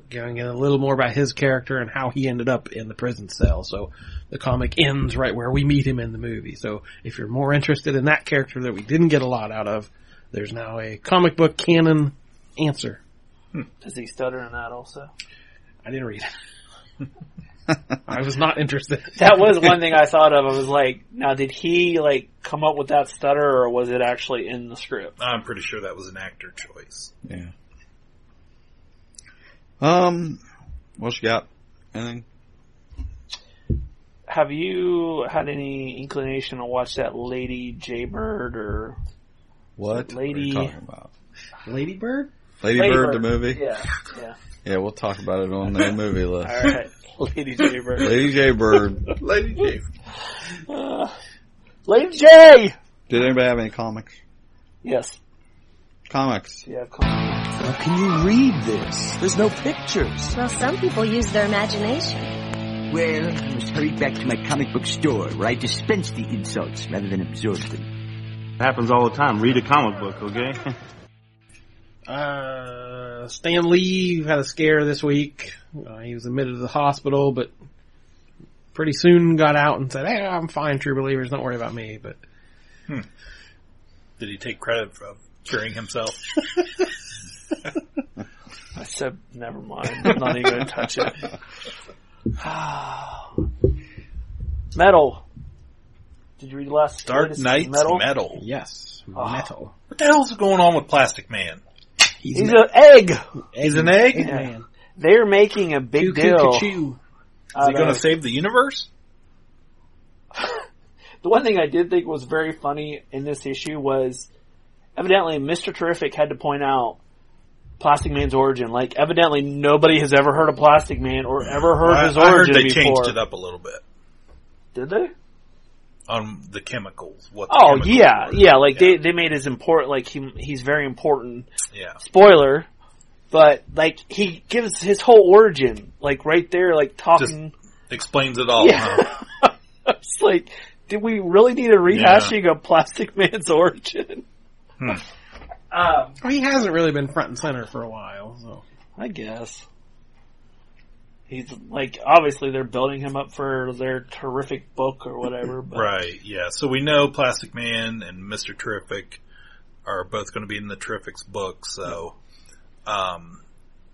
going in a little more about his character and how he ended up in the prison cell. So the comic ends right where we meet him in the movie. So if you're more interested in that character that we didn't get a lot out of, there's now a comic book canon answer.
Does he stutter in that also?
I didn't read it. I was not interested.
That was one thing I thought of. I was like, now did he like come up with that stutter, or was it actually in the script?
I'm pretty sure that was an actor choice.
yeah. Um, what you got? Anything?
Have you had any inclination to watch that Lady Jaybird or
What are
Lady-
you talking about?
Ladybird?
Lady,
Lady
Bird,
Bird.
the movie. Yeah.
Yeah, yeah.
we'll talk about it on the movie list.
All right, Lady Jaybird.
Lady J Bird.
Lady J.
Uh, Lady J.
Did anybody have any comics?
Yes.
Comics.
Yeah. Come
Can you read this? There's no pictures.
Well, some people use their imagination.
Well, I was hurried back to my comic book store where I dispensed the insults rather than absorbed them.
happens all the time. Read a comic book, okay?
Uh, Stan Lee had a scare this week. Uh, he was admitted to the hospital, but pretty soon got out and said, "Hey, I'm fine, true believers. Don't worry about me." But
Did he take credit for curing himself?
I said, never mind. I'm not even going to touch it. metal. Did you read the last
Dark
latest
Knight's metal.
Metal?
yes,
Oh.
metal.
What the hell's going on with Plastic Man?
He's,
He's an egg.
He's an egg. Is
man.
They're making a big deal.
Cuckoo.
out
he going to
of-
save the universe?
the one thing I did think was very funny in this issue was evidently Mr. Terrific had to point out Plastic Man's origin. Like evidently nobody has ever heard of Plastic Man or ever heard
I,
his
I heard
origin
they
before.
changed it up a little bit
Did they?
on the chemicals. What? the
Oh
chemicals
yeah,
were.
yeah. Like they they made his important. Like he he's very important.
yeah.
Spoiler, but like he gives his whole origin. Like right there, like talking.
Explains it all. huh?
yeah. it's like, did we really need a rehashing of Plastic Man's origin?
Hmm.
Um,
Well, he hasn't really been front and center for a while. So
I guess. He's like obviously they're building him up for their terrific book or whatever. But
Right. Yeah. So we know Plastic Man and Mister Terrific are both going to be in the Terrific's book. So, um,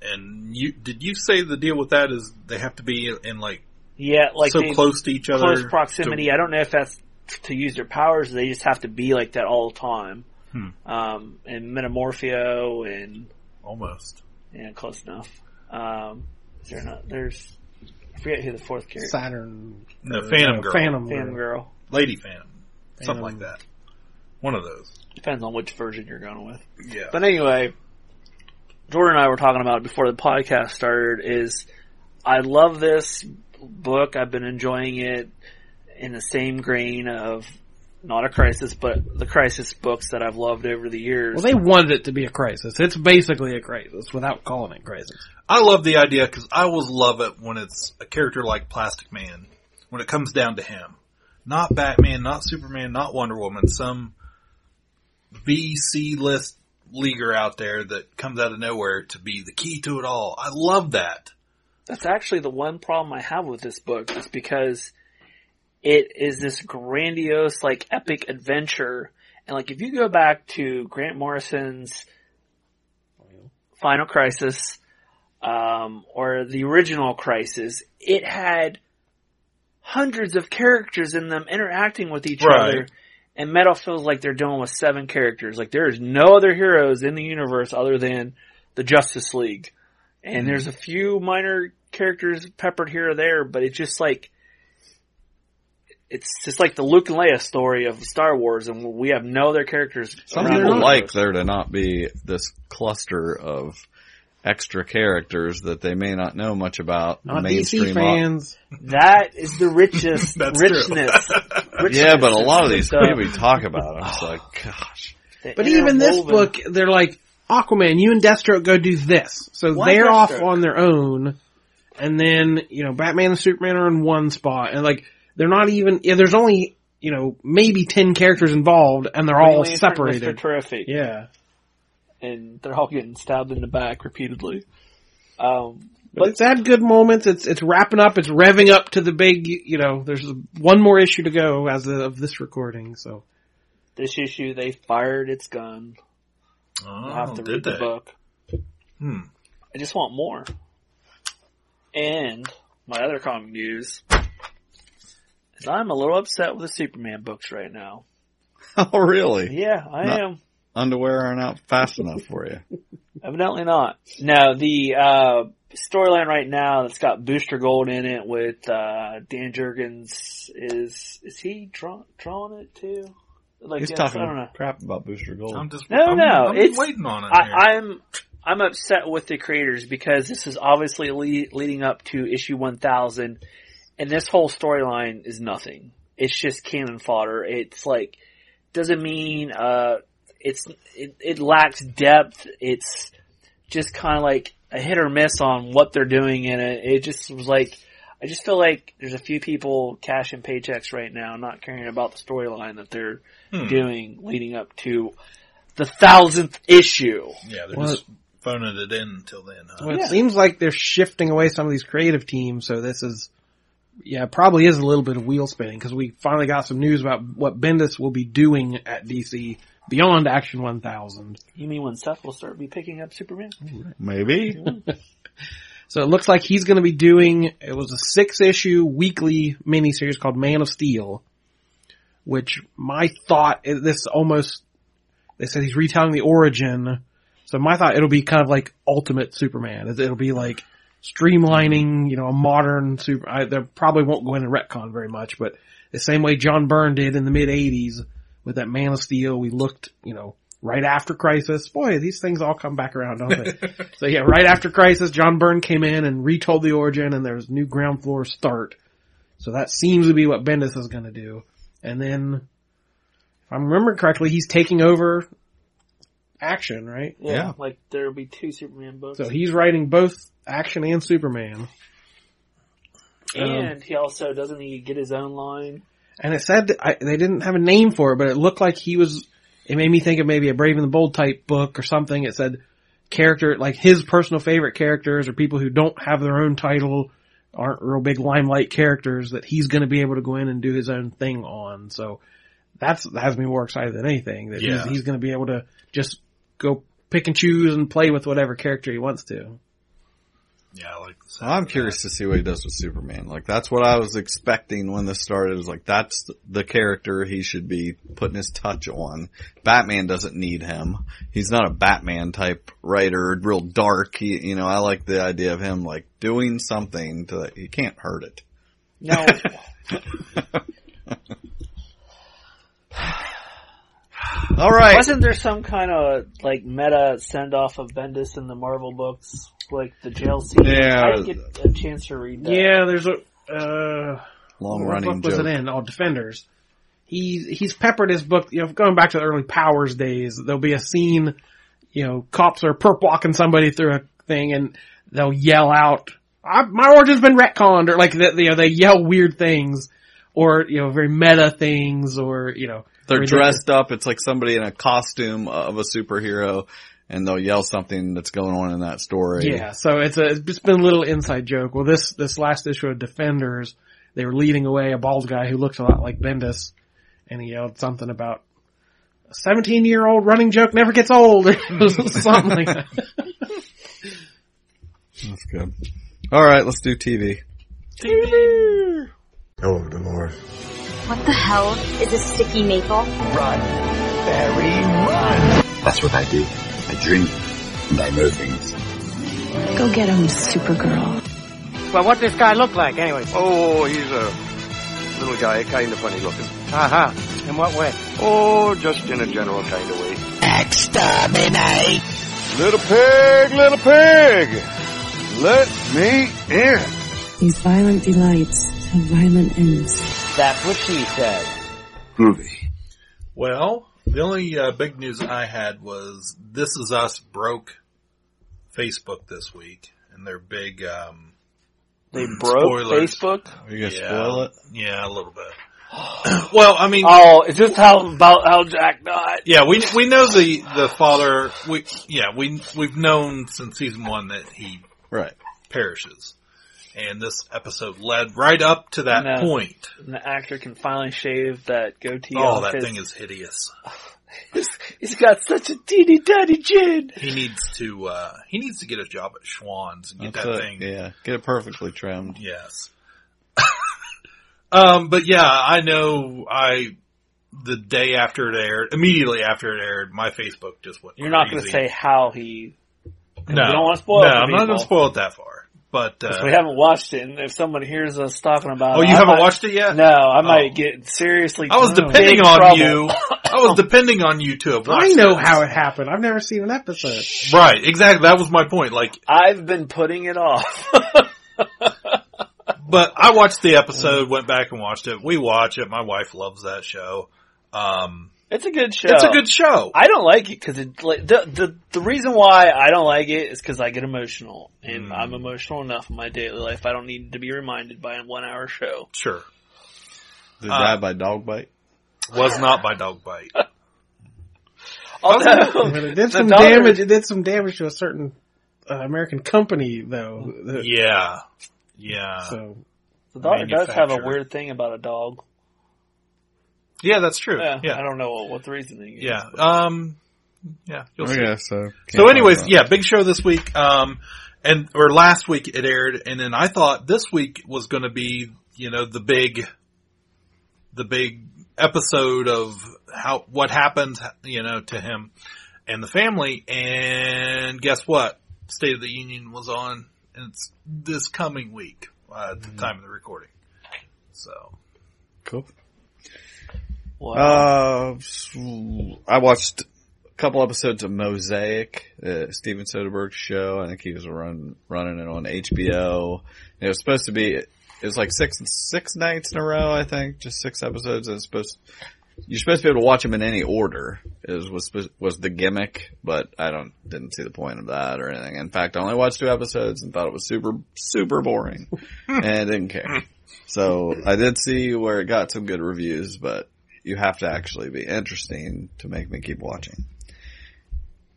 and you did you say the deal with that is they have to be in like
yeah, like
so
they-
close to each other,
close proximity.
to-
I don't know if that's to use their powers. They just have to be like that all the time.
Hmm.
Um, and Metamorphio and
almost.
yeah, close enough. Um, is there not? There's I forget who the fourth character.
Saturn,
No,
or,
Phantom
uh,
Girl.
Phantom,
Fan
Girl.
girl.
Lady Phantom, something
Phantom.
like that. One of those.
Depends on which version you're going with.
Yeah.
But anyway, Jordan and I were talking about it before the podcast started is I love this book. I've been enjoying it in the same grain of not a crisis, but the crisis books that I've loved over the years.
Well, they wanted it to be a crisis. It's basically a crisis without calling it crisis.
I love the idea because I always love it when it's a character like Plastic Man, when it comes down to him. Not Batman, not Superman, not Wonder Woman, some B, C list leaguer out there that comes out of nowhere to be the key to it all. I love that.
That's actually the one problem I have with this book is because it is this grandiose, like epic adventure. And like if you go back to Grant Morrison's Final Crisis, um, or the original Crisis, it had hundreds of characters in them interacting with each
Right.
other. And Metal feels like they're dealing with seven characters. Like there is no other heroes in the universe other than the Justice League.
Hmm.
And there's a few minor characters peppered here or there, but it's just like, it's just like the Luke and Leia story of Star Wars and we have no other characters.
Some
around
people
the
like there to not be this cluster of extra characters that they may not know much about.
Not DC
mainstream
fans.
That is the richest richness. richness.
Yeah, but a lot of these
That's, uh,
we talk about. I'm just like, gosh.
the
But even this
interwoven-
book, they're like, Aquaman, you and Deathstroke go do this. So
Why
they're off
Deathstroke?
on their own. And then, you know, Batman and Superman are in one spot. And like, they're not even, yeah, there's only, you know, maybe 10 characters involved and they're
Green
all
Lantern, Mr.
separated.
Terrific.
Yeah.
and they're all getting stabbed in the back repeatedly. Um,
But
but
it's had good moments. It's, it's wrapping up. It's revving up to the big, you know, there's one more issue to go as of this recording. So
this issue, they fired its gun. I'll
Oh,
have to read the book.
Oh, Hmm.
I just want more. And my other comic news is I'm a little upset with the Superman books right now.
Oh, really?
Yeah, I
Not-
am.
Underwear are not fast enough for you.
Evidently not. No, the uh, storyline right now that's got Booster Gold in it with uh, Dan Jurgens is is he draw, drawing it too? Like
He's
yes,
talking
I don't know.
crap about Booster
Oh.
Gold.
I'm just
No,
I'm,
no,
I'm
it's-
waiting on it. here.
I, I'm I'm upset with the creators because this is obviously le- leading up to issue 1000, and this whole storyline is nothing. It's just cannon fodder. It's like doesn't mean uh, it's it, it lacks depth. It's just kind of like a hit or miss on what they're doing in it. It just was like. I just feel like there's a few people cashing paychecks right now, not caring about the storyline that they're
Hmm.
doing leading up to the thousandth issue.
yeah, they're
Well-
just phoning it in until then. Huh?
Well, it seems like they're shifting away some of these creative teams, so this is, yeah, it probably is a little bit of wheel spinning because we finally got some news about what Bendis will be doing at DC beyond Action 1000.
You mean when Seth will start be picking up Superman?
Maybe.
So it looks like he's going to be doing, it was a six issue weekly miniseries called Man of Steel, which my thought, is this almost, they said he's retelling the origin, so my thought it'll be kind of like Ultimate Superman. It- It'll be like streamlining, you know, a modern super, I, they probably won't go into retcon very much, but the same way John Byrne did in the mid eighties with that Man of Steel, we looked, you know, right after Crisis. Boy, these things all come back around, don't they? So yeah, right after Crisis, John Byrne came in and retold the origin and there was new ground floor start. So that seems to be what Bendis is gonna do. And then, if I'm remembering correctly, he's taking over action, right?
Yeah,
Yeah.
like there'll be two Superman books.
So he's writing both action and Superman.
and he also doesn't he get his own line?
And it said that I, they didn't have a name for it, but it looked like he was, it made me think of maybe a Brave and the Bold type book or something. It said character, like his personal favorite characters or people who don't have their own title, aren't real big limelight characters that he's going to be able to go in and do his own thing on. So that's, that has me more excited than anything that he's,
Yeah.
he's going to be able to just go pick and choose and play with whatever character he wants to.
yeah, I like the sound
I'm
of that.
curious to see what he does with Superman. Like that's what I was expecting when this started. Is like that's the character he should be putting his touch on. Batman doesn't need him. He's not a Batman type writer, real dark. He, you know, I like the idea of him like doing something to. He can't hurt it.
No.
All right.
Wasn't there some kind of like meta send off of Bendis in the Marvel books, like the jail scene?
Yeah.
I didn't get a chance to read that.
Yeah, there's a, uh,
Long
What
running
book was
joke.
it in? Oh, Defenders. He's he's peppered his book. You know, going back to the early Powers days, there'll be a scene. You know, cops are perp walking somebody through a thing, and they'll yell out, I, "My origin's been retconned," or like that. You know, they yell weird things, or you know, very meta things, or you know,
They're
ridiculous.
dressed up. It's like somebody in a costume of a superhero and they'll yell something that's going on in that story.
Yeah, so it's a it's been a little inside joke. Well, this this last issue of Defenders, they were leading away a bald guy who looked a lot like Bendis, and he yelled something about a seventeen year old running joke never gets old or something like that.
That's good. All right, let's do TV.
Oh, Dolores.
What the hell is a sticky maple?
Run, Barry, run! That's what I do. I dream, and I know things.
Go get him, Supergirl.
Well, what does this guy look like, anyway?
Oh, he's a little guy, kind of funny looking.
Uh huh. In what way?
Oh, just in a general kind of way.
Exterminate!
Little pig, little pig, let me in.
These violent delights have violent ends.
That's what she said.
Well, the only uh, big news I had was This Is Us broke Facebook this week, and their big um,
They broke
spoilers.
Facebook.
Are you gonna
yeah,
spoil it?
Yeah, a little bit. well, I mean,
Oh, is this how about how Jack died?
yeah, we we know the the father. We yeah we we've known since season one that he
right
perishes, and this episode led right up to that
No.
point.
And the actor can finally shave that goatee.
oh,
off
that
his-
thing is hideous.
He's got such a teeny tiny chin.
He needs to uh he needs to get a job at Schwann's and get
That's
that
it.
thing
Yeah, get it perfectly trimmed.
Yes. um, but yeah, I know I, the day after it aired, immediately after it aired, my Facebook just went
You're not going to
crazy.
say how he.
no.
we don't want to spoil
No,
it for
I'm not going
people.
to spoil it that far. But,
'Cause
uh,
we haven't watched it, and if someone hears us talking about
Oh,
it,
you
I
haven't
might-
watched it yet?
No, I
Oh.
might get seriously.
I was
in big
depending on
trouble.
you. I was depending on you to have watched
I know
this.
how it happened. I've never seen an episode.
Right, exactly. That was my point. Like,
I've been putting it off.
but I watched the episode, went back and watched it. We watch it. My wife loves that show. Um,
it's a good show.
it's a good show.
I don't like it because it like, the the the reason why I don't like it is because I get emotional, and
Hmm.
I'm emotional enough in my daily life. I don't need to be reminded by a one hour show.
Sure.
Did
Uh,
die by dog bite?
Was not by dog bite.
Although,
But it did
Oh, the
some
daughter-
damage. It did some damage to a certain uh, American company, though. The-
Yeah. Yeah.
So
The daughter does have a
Manufacturer.
weird thing about a dog.
Yeah, that's true.
Yeah,
Yeah.
I
Yeah.
don't know what, what the reasoning is.
Um, yeah. You'll see.
Okay, so
So anyways, yeah, big show this week. Um, and, or last week it aired and then I thought this week was going to be, you know, the big, the big episode of how, what happened, you know, to him and the family. And guess what? State of the Union was on and it's this coming week, uh, at the time of the recording. So.
cool.
Wow.
Uh, s- I watched a couple episodes of Mosaic, uh, Steven Soderbergh's show. I think he was run, running it on HBO. And it was supposed to be, it was like six, six nights in a row, I think, just six episodes. And it's supposed, you're supposed to be able to watch them in any order is was supposed- was the gimmick, but I don't didn't see the point of that or anything. In fact, I only watched two episodes and thought it was super super boring, and I didn't care. So I did see where it got some good reviews, but you have to actually be interesting to make me keep watching.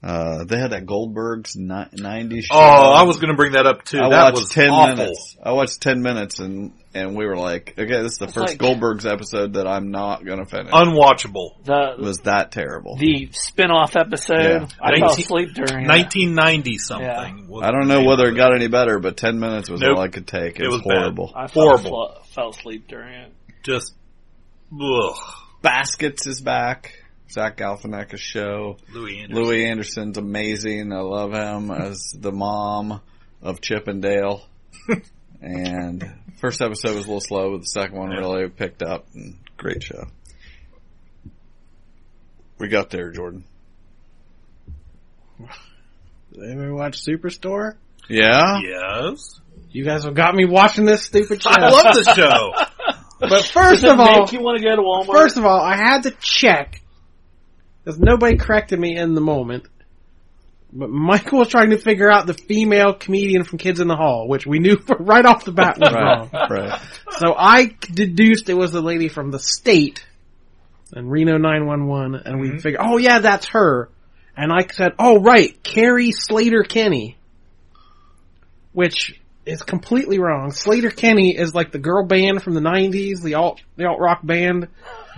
Uh, they had that Goldberg's ni- 90 show.
Oh, I was going to bring that up too.
I
that
watched
was
ten
awful.
minutes. I watched ten minutes, and and we were like, okay, this is the first
like-
Goldberg's episode that I'm not gonna finish.
Unwatchable.
It
the
was that terrible?
the spin off episode.
Yeah.
I
19
fell asleep during it.
1990 something. was
I don't
the
know
name
whether
of
it got any better, but 10 minutes was
Nope.
all I could take. It,
It
was,
was bad.
horrible.
I fell,
Horrible.
asl- fell asleep during it.
Just, ugh.
Baskets is back. Zach Galifianakis show.
Louis Anderson.
Louis Anderson's amazing. I love him as the mom of Chip and Dale. and first episode was a little slow, but the second one really picked up. And great show. We got there, Jordan.
did anybody watch Superstore?
Yeah?
Yes.
You guys have got me watching this stupid show.
I love the show.
but first
Does it
of all,
make you want to go to Walmart?
First of all, I had to check because nobody corrected me in the moment. But Michael was trying to figure out the female comedian from Kids in the Hall, which we knew right off the bat was
Right.
wrong.
right.
So I deduced it was the lady from the state, and Reno 911 and we figure, oh yeah, that's her. And I said, oh right, Carrie Slater Kenny. Which is completely wrong. Slater Kenny is like the girl band from the 90s, the alt, the alt rock band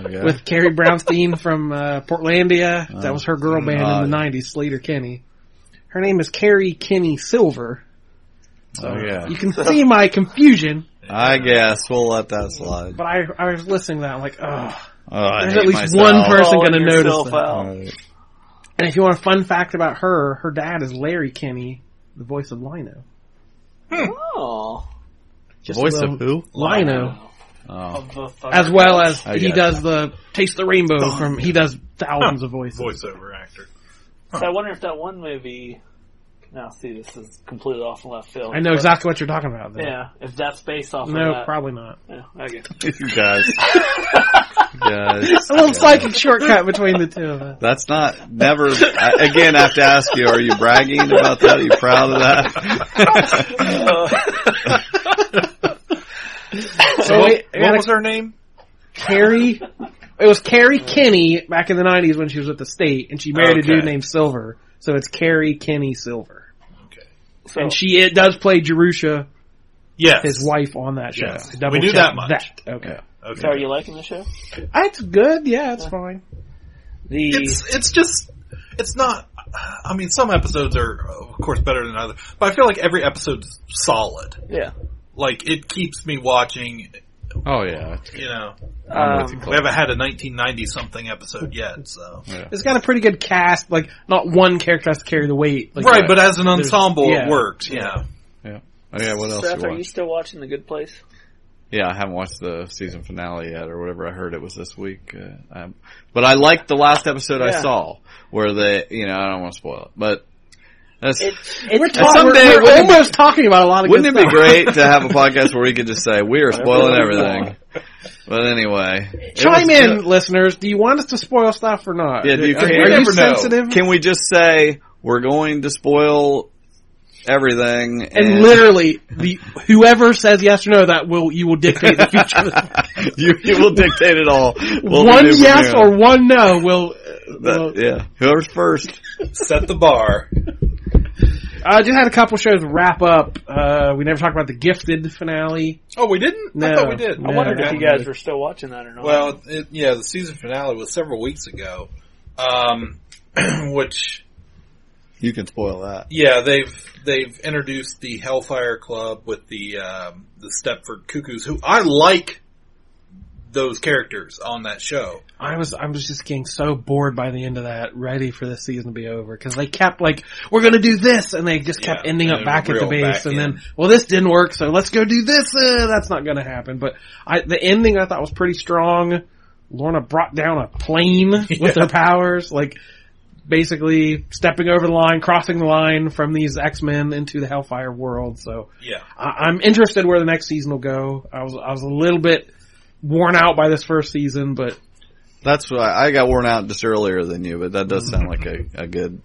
Okay.
with Carrie Brownstein from uh, Portlandia. that was her girl band
Oh.
in the 90s, Slater Kenny. Her name is Carrie Kenny Silver. So
Oh, yeah.
you can see my confusion,
I guess we'll let that slide.
but I, I was listening to that, I'm like, oh.
Oh, I
There's
hate
at least
myself.
one person
Calling
going to notice
yourself
that. And if you want a fun fact about her, her dad is Larry Kenny, the voice of Lino.
Oh.
Just
Voice
a little-
of who?
Lino.
Oh.
As well as
I
he
gotcha.
does the Taste the Rainbow from, he does thousands of voices.
Voiceover actor.
So I wonder if that one movie. Now, see, this is completely off left field.
I know
but-
exactly what you're talking about. though.
Yeah, if that's based off.
No,
of that.
probably not.
Yeah, okay.
You guys. You guys.
a little psychic shortcut between the two of us.
That's not never. I, again, I have to ask you: Are you bragging about that? Are you proud of that?
So wait, I
what
gotta-
was her name?
Carrie. It was Carrie Kenny back in the '90s when she was with the state, and she married a dude
Okay.
named Silver. So it's Carrie Kenny Silver,
So,
and she it does play Jerusha,
Yes.
his wife, on that show.
Yes.
I double
We knew
checked
that much.
Okay, Uh,
Okay.
So are you liking the show?
it's good. Yeah, it's fine.
The
It's it's just it's not. I mean, some episodes are of course better than others, but I feel like every episode's solid.
yeah.
Like it keeps me watching.
Oh yeah.
You know,
I'm with
Um,
you,
we
Cole.
haven't had a 1990 something episode yet, so
Yeah.
It's got a pretty good cast. Like not one character has to carry the weight. Like,
right.
uh,
But as an
there's-
ensemble,
yeah.
it works. Yeah.
Yeah. Oh yeah. What else?
Seth,
you
are you
watch?
still watching The Good Place?
Yeah, I haven't watched the season finale yet, or whatever. I heard it was this week, uh, um, but I liked the last episode I
Yeah.
saw where they, you know, I don't want to spoil it, but that's
we're,
it's-
talking,
someday
we're, we're
wouldn't-
almost talking about a lot of.
Wouldn't it
good
be
stuff.
great to have a podcast where we could just say we are spoiling
Whatever we
everything? But anyway, it
Chime
was
in,
good.
listeners. Do you want us to spoil stuff or not?
Yeah, do you,
are,
can,
are you sensitive?
Can we just say we're going to spoil everything?
And literally, the whoever says yes or no, that will you will dictate the future. of this.
you, you will dictate it all. We'll
one
do from
yes
here on.
or one no will. uh, will-
That- yeah, whoever's first.
Set the bar.
I just had a couple shows wrap up. Uh, we never talked about the Gifted finale.
Oh, we didn't. I
No.
thought we did.
No.
I wondered if
Okay.
you guys were still watching that or not.
Well, it, yeah, the season finale was several weeks ago, um, which
You can spoil that.
yeah they've they've introduced the Hellfire Club with the um, the Stepford Cuckoos, who I like those characters on that show.
I was I was just getting so bored by the end of that, ready for this season to be over because they kept like we're gonna do this, and they just kept
Yeah,
ending
and
up
then
back at the
reel
base,
back
and
in.
then well this didn't work, so let's go do this. Uh, that's not gonna happen. But I the ending I thought was pretty strong. Lorna brought down a plane with her powers, like basically stepping over the line, crossing the line from these X Men into the Hellfire world. So
Yeah,
I- I'm interested where the next season will go. I was I was a little bit worn out by this first season, but
That's why I got worn out just earlier than you, but that does sound like a, a good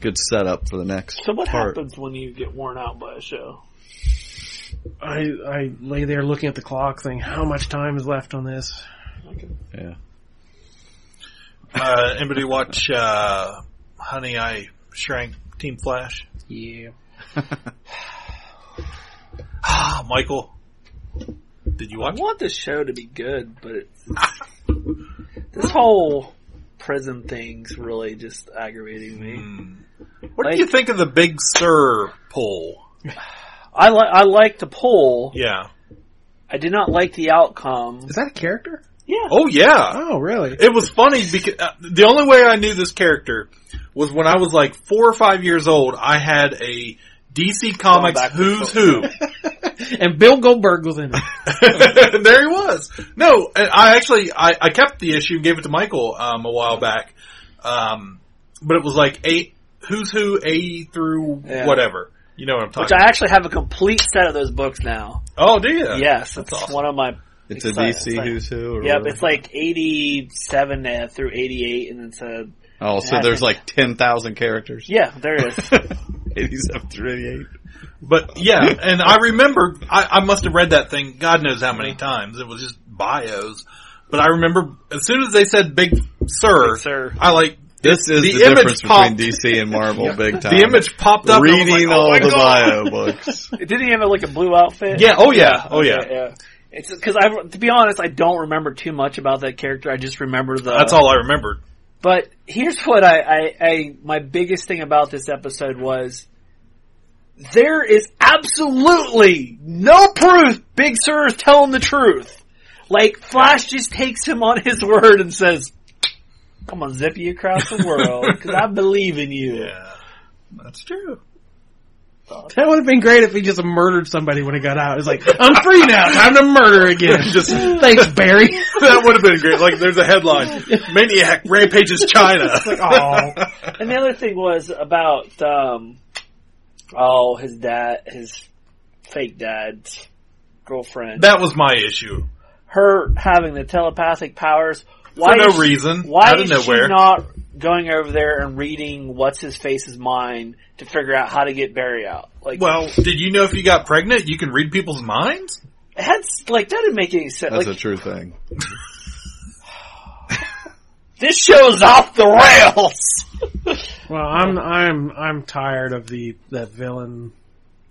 good setup for the next.
so what
part.
happens when you get worn out by a show?
I I lay there looking at the clock, saying, "How much time is left on this?"
Yeah.
uh, anybody watch uh, Honey I Shrank Team Flash?
Yeah,
Ah, Michael, did you
I
watch?
want this show to be good, but it's- this whole prison thing's really just aggravating me.
What do you think of the Big Sur poll?
I like I like the poll.
Yeah.
I did not like the outcome.
is that a character?
Yeah.
Oh yeah.
Oh, really?
It was funny because uh, the only way I knew this character was when I was like four or five years old. I had a DC Comics
back to
Who's
the-
Who.
and Bill Goldberg was in it.
there he was. No, and I actually I, I kept the issue, and gave it to Michael um, a while back, um, but it was like a Who's Who A through
Yeah.
whatever. You know what I'm talking.
Which I actually have a complete set of those books now.
about. Oh, do you?
yes, it's
awesome.
one of my.
It's a
exciting-
DC
exciting-
Who's Who. Or
Yep,
whatever.
it's like 87 uh, through 88, and it's a.
oh, so there's like ten thousand characters.
Yeah, there is.
Eighty-seven through eighty-eight.
But yeah, and I remember I, I must have read that thing God knows how many times. It was just bios. But I remember as soon as they said Big Sir,
Sir.
I like
This is the, difference between DC and Marvel, big time.
The image popped up. and I was
Reading
like, oh
all
my
the
God.
bio books.
Didn't he have like a blue outfit?
Yeah, oh yeah, oh yeah.
Okay, It's because I, to be honest, I don't remember too much about that character. I just remember the.
That's all I remembered.
But here's what I, I, I my biggest thing about this episode was there is absolutely no proof Big Sir is telling the truth. Like Flash just takes him on his word and says, "I'm gonna zip you across the world because I believe in you."
Yeah, that's true.
That would have been great if he just murdered somebody when he got out. It's like, I'm free now. Time to murder again.
Just-
Thanks, Barry.
that would have been great. Like, there's a headline: Maniac rampages China.
It's like, oh. and the other thing was about um, oh his dad, his fake dad's girlfriend.
That was my issue.
her having the telepathic powers. Why
no
is she-
reason,
Why
out of
is
nowhere.
she not going over there and reading what's his face's mind to figure out how to get Barry out? Like,
Well, did you know if you got pregnant, you can read people's minds?
that's like that didn't make any sense.
That's
like,
a true thing.
this show's off the rails.
Well, I'm, I'm, I'm tired of the, that villain.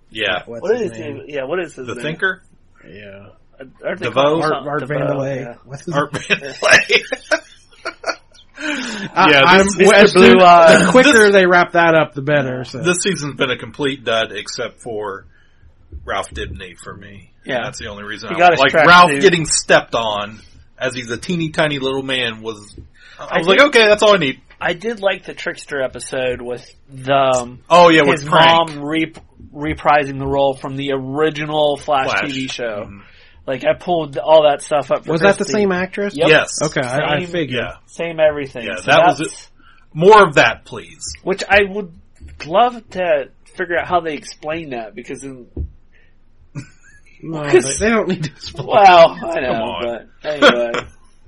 Yeah.
What's
what
his
is
name?
his, yeah? What is his
The
name?
thinker,
Yeah.
Aren't they
DeVoe?
called
Art,
something?
Art Van
DeVoe,
Delay.
yeah.
What's his
Art Van Lay.
yeah,
Yeah,
I'm,
this-
well, as
Mr. Blue
soon-
Eyes.
the uh, quicker they wrap that up, the better. So.
This season's been a complete dud, except for Ralph Dibney for me.
Yeah.
that's the only reason.
He
I
got his
like
track
Ralph
suit.
getting stepped on as he's a teeny tiny little man was. I
I
was like, okay, that's all I need.
I did like the trickster episode with the um,
Oh yeah,
his
with prank.
mom re- reprising the role from the original Flash,
Flash.
TV show.
Mhm.
Like I pulled all that stuff up. For
was that the
Christy.
same actress?
Yep.
Yes.
Okay, I, I
Same-
figured.
Yeah.
Same everything.
Yeah,
So
that was
that's-
More of that, please.
Which I would love to figure out how they explain that because in,
No, they, they don't need to explain.
well, I know,
on.
but anyway.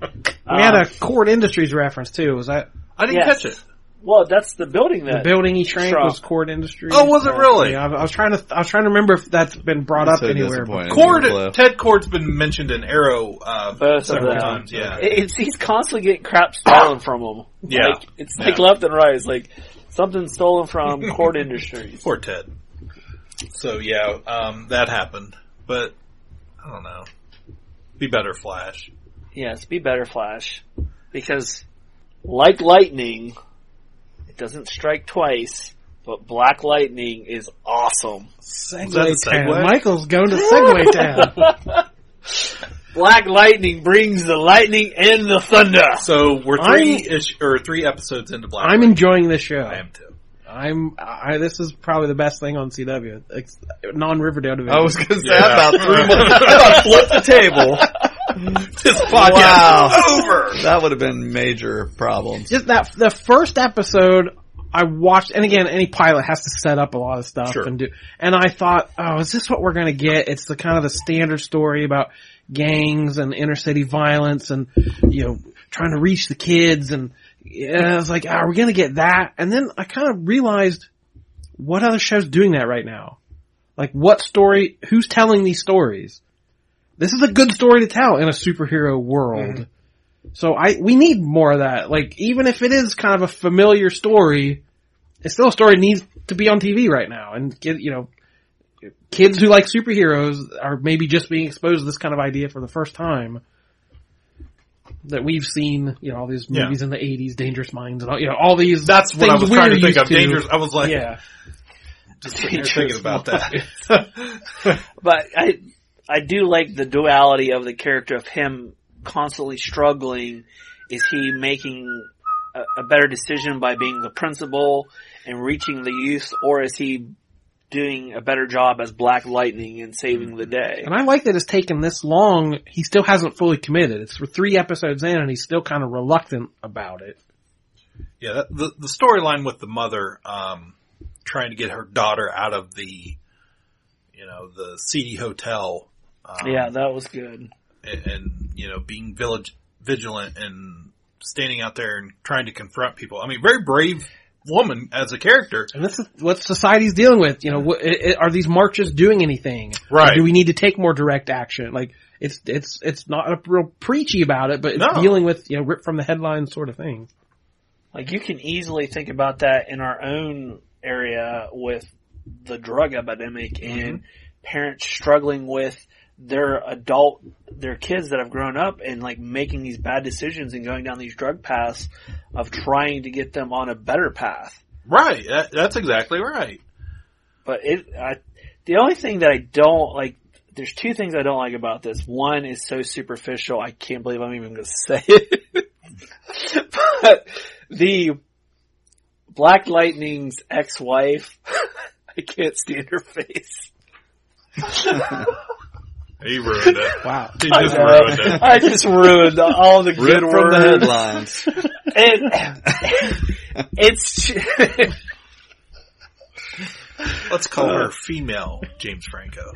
We had
Um,
a Court Industries reference too. Was that
I didn't
Yes.
catch it.
well, that's the building
the
that
building he shrank
Trump.
was Court Industries?
Oh, was it really?
Yeah, I, I was trying to. I was trying to remember if that's been brought
I'm
up
so
anywhere.
disappointed.
Cord,
Cliff.
Ted Cord's been mentioned in Arrow uh,
both of
several
them.
times. Yeah,
It- It's, he's constantly getting crap stolen from him.
Yeah.
Like, it's like
Yeah.
left and right. It's like something stolen from Court Industries.
poor Ted. So yeah, um, that happened, but I don't know. Be better, Flash.
Yes, be better, Flash. Because, like lightning, it doesn't strike twice, but Black Lightning is awesome.
Is that a
Segway Town.
segue?
Michael's going to Segway Town.
Black Lightning brings the lightning and the thunder.
So we're three ish, or three episodes into Black.
I'm enjoying this show.
I am too.
I'm. I, this is probably the best thing on CW, ex- non Riverdale division.
Oh,
I was going to say
Yeah.
about three months. I about flipped the table.
This podcast
Wow.
is over.
That would have been major problems.
just that the first episode I watched, and again, any pilot has to set up a lot of stuff
Sure.
and do. And I thought, oh, is this what we're gonna get? It's the kind of the standard story about gangs and inner city violence, and you know, trying to reach the kids. And, and I was like, are we gonna get that? And then I kind of realized what other shows doing that right now. Like, what story? Who's telling these stories? This is a good story to tell in a superhero world.
Mm-hmm.
So I we need more of that. Like even if it is kind of a familiar story, it's still a story that needs to be on TV right now. And get you know, kids who like superheroes are maybe just being exposed to this kind of idea for the first time. That we've seen, you know, all these
Yeah.
movies in the '80s, Dangerous Minds, and all, you know, all these.
That's what
things
I was
we're
trying to think
used
of. Dangerous. I was like,
yeah,
just sitting here thinking about that.
But I, I do like the duality of the character of him constantly struggling. Is he making a, a better decision by being the principal and reaching the youth, or is he doing a better job as Black Lightning and saving the day?
and I like that it's taken this long. He still hasn't fully committed. It's for three episodes in, and he's still kind of reluctant about it.
yeah, that, the the storyline with the mother um, trying to get her daughter out of the, you know, the seedy hotel. Um,
Yeah, that was good.
and, and you know being village vigilant and standing out there and trying to confront people. I mean, very brave woman as a character.
And this is what society's dealing with. You know, what, i i are these marches doing anything?
Right.
Or do we need to take more direct action? Like, it's it's it's not a real preachy about it, but it's
No.
dealing with you know rip from the headlines sort of thing.
Like you can easily think about that in our own area with the drug epidemic and parents struggling with their adult their kids that have grown up and like making these bad decisions and going down these drug paths of trying to get them on a better path.
Right. That, that's exactly right.
But it, I, the only thing that I don't like, there's two things I don't like about this. One is so superficial, I can't believe I'm even going to say it. but the Black Lightning's ex-wife, I can't stand her face.
He ruined it.
Wow.
He
I
just
know.
ruined it.
I just ruined all the good
Ripped from
words.
the headlines.
It- it's ju-
Let's call
Uh,
her female James Franco.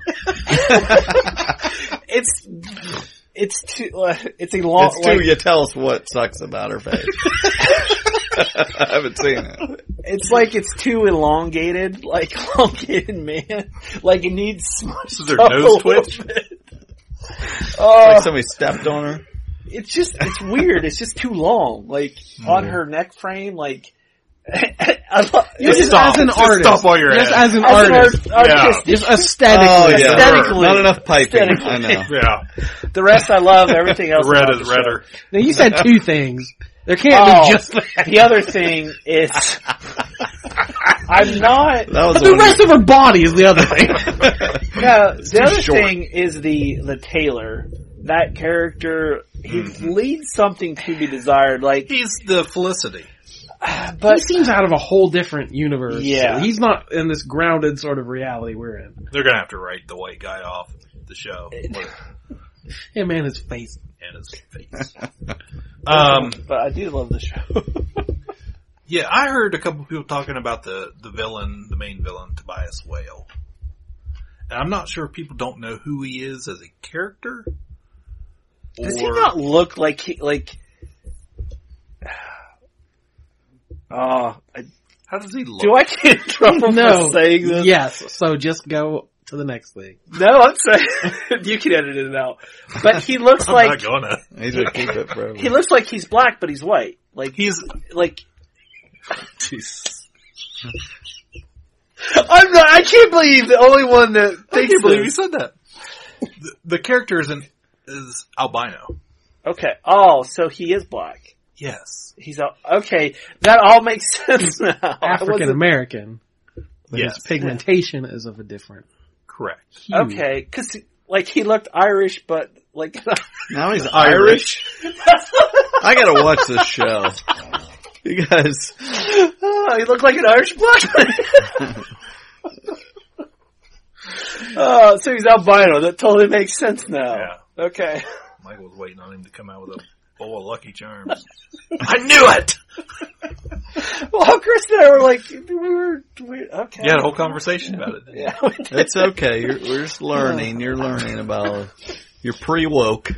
it's it's too uh, it's a long
it's too,
like-
you tell us what sucks about her face. I haven't seen it.
It's like it's too elongated, like elongated man. Like it needs smushed
Is her
up
nose
a little
twitch?
bit. Uh,
like somebody stepped on her.
it's just it's weird. It's just too long, like on her neck frame. Like I lo-
Just Just stop. as an Just artist. stop while you're Just at it. as an artist.
art-
Yeah.
artistic.
Just
Uh,
aesthetically. Oh, yeah.
aesthetically,
Not enough piping.
Aesthetically.
I know.
Yeah.
The rest I love. Everything else.
Red
about
is
the show.
redder.
Now you said two things. There can't
Oh,
be just
the other thing is I'm not.
But the rest of her body is the other thing.
No, the
too
other
short.
thing is the the tailor. That character, he leads something to be desired. Like
he's the Felicity.
But
he seems out of a whole different universe.
Yeah.
he's not in this grounded sort of reality we're in.
They're gonna have to write the white guy off the show.
Yeah, man, his face.
And his face. Um,
but I do love the show.
yeah, I heard a couple people talking about the the villain, the main villain, Tobias Whale. And I'm not sure if people don't know who he is as a character.
Does he not look like he like? Oh, I,
how does he look?
Do I get in trouble
no.
for saying this?
Yes, so just go to the next thing.
No, I'm saying you can edit it out. But he looks
I'm
like
not gonna.
He's gonna keep it forever.
He looks like he's black, but he's white. Like
he's
like. I'm not. I can't believe the only one that thinks.
I can't believe you
this.
said that. The, the character is an is albino.
Okay. Oh, so he is black.
Yes.
He's all, okay. That all makes sense now.
Oh,
I wasn't-
African American. But
Yes.
his pigmentation is of a different.
Correct.
hue.
Okay, because like he looked Irish, but like
Now he's Irish. I gotta watch this show. You guys,
Oh, he looked like an Irish black. oh, so he's albino. That totally makes sense now. Okay.
Michael was waiting on him to come out with a bowl of Lucky Charms. I knew it.
Well, Chris and I were like, we were, we, okay.
You had a whole conversation about it.
Yeah.
it's okay. You're, we're just learning. You're learning about. You're pre woke.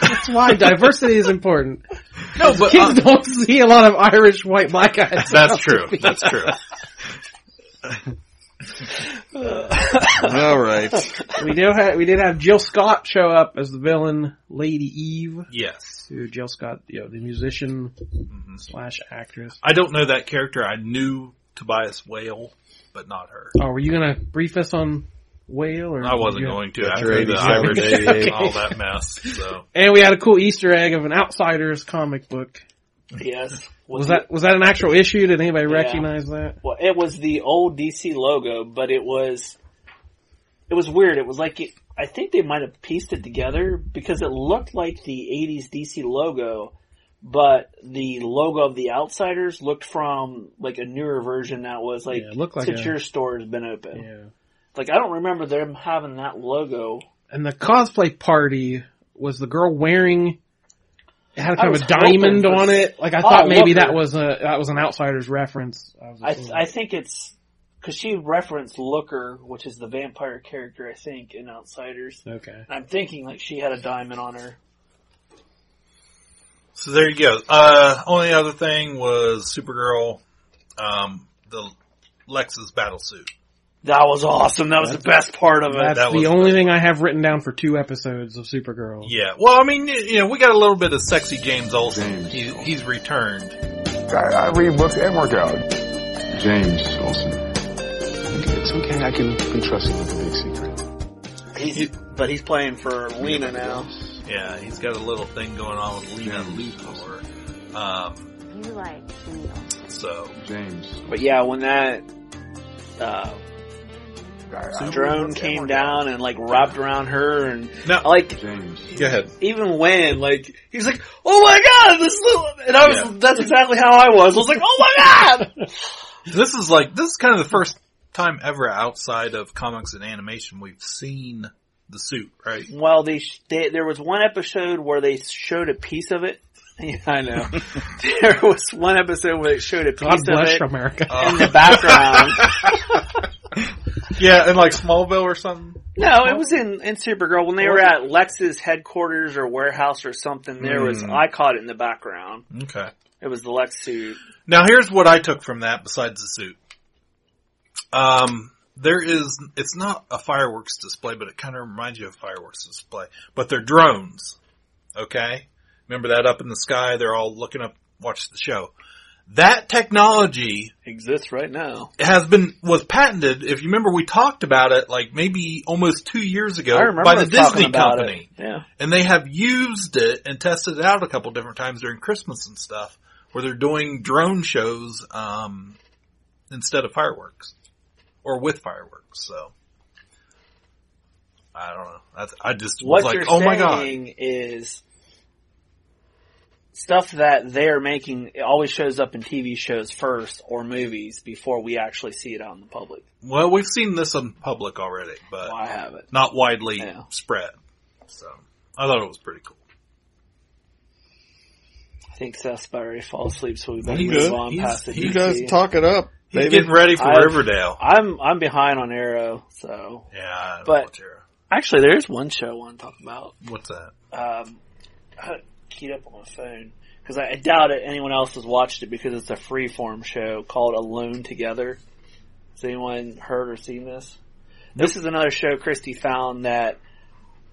That's why diversity is important.
No, but uh,
kids don't see a lot of Irish, white, black guys.
That's true. That's true.
All right.
We do have, we did have Jill Scott show up as the villain, Lady Eve.
Yes.
Who Jill Scott, you know, the musician
Mm-hmm.
slash actress.
I don't know that character. I knew Tobias Whale, but not her.
Oh, were you gonna brief us on Whale? Or
I wasn't
you-
going to
That's
after the
your
Irish
87,
and
88.
all that mess. So
And we had a cool Easter egg of an Outsiders comic book.
Yes.
Was that was that an actual issue? Did anybody recognize that?
Well, it was the old DC logo, but it was, it was weird. It was like, it, I think they might have pieced it together because it looked like the 80s DC logo, but the logo of the Outsiders looked from like a newer version that was like,
Yeah, it looked like
since
a-
your store has been open.
Yeah.
Like, I don't remember them having that logo.
And the cosplay party was the girl wearing it had
I
kind of
was
a diamond
hoping for-
on it. Like I
Oh,
thought maybe
Looker.
that was a that was an Outsiders reference. I was
I, th- I think it's because she referenced Looker, which is the vampire character, I think, in Outsiders.
Okay.
I'm thinking like she had a diamond on her.
So there you go. Uh, only other thing was Supergirl, um, the Lexus battle suit.
That was awesome. That was the best part of it.
That's
That
the
was-
only thing I have written down for two episodes of Supergirl.
Yeah. Well, I mean, you know, we got a little bit of sexy James Olsen. He, he's returned.
I, I read books and work out.
James Olsen. It's okay, I can be trusted with the big secret.
He's, but he's playing for Lena now.
Yeah, he's got a little thing going on with Lena Luthor. Um,
You like me.
so
James.
But yeah, when that uh, drone came down and like wrapped around her, and like
Go ahead.
even when like he's like, "Oh my god, this!" Little, and I was that's exactly how I was. I was like, "Oh my god!"
This is like this is kind of the first time ever outside of comics and animation we've seen the suit, right?
Well, they, sh- they there was one episode where they showed a piece of it. Yeah, I know. there was one episode where they showed a piece
God
of
bless
it
America.
in the background.
yeah, and like Smallville or something.
No, it was in, in Supergirl when they were at Lex's headquarters or warehouse or something. There was
Hmm.
I caught it in the background.
Okay.
It was the Lex suit.
Now here's what I took from that besides the suit. Um, there is, it's not a fireworks display, but it kind of reminds you of a fireworks display, but they're drones. Okay. Remember that up in the sky? They're all looking up, watch the show. That technology
exists right now.
has been, was patented. If you remember, we talked about it like maybe almost two years ago
I remember
by the
talking
Disney
about
company
It. Yeah.
and they have used it and tested it out a couple different times during Christmas and stuff, where they're doing drone shows um, instead of fireworks or with fireworks. So I don't know. That's, I just was
What
like,
you're
oh my god,
saying is stuff that they're making it always shows up in TV shows first or movies before we actually see it out in the public.
well, we've seen this in public already, but
I haven't.
not widely spread. So I thought it was pretty cool.
I think Seth's about ready to fall asleep, so we better
He
move
good.
on
He's-
past the
he
DC.
does talk it up, He's baby.
getting ready for Riverdale.
I'm I'm behind on Arrow, so
yeah.
But actually, there's one show I want to talk about.
What's that?
Um, I had it keyed up on my phone because I, I doubt it anyone else has watched it because it's a freeform show called Alone Together. Has anyone heard or seen this? This is another show Christy found that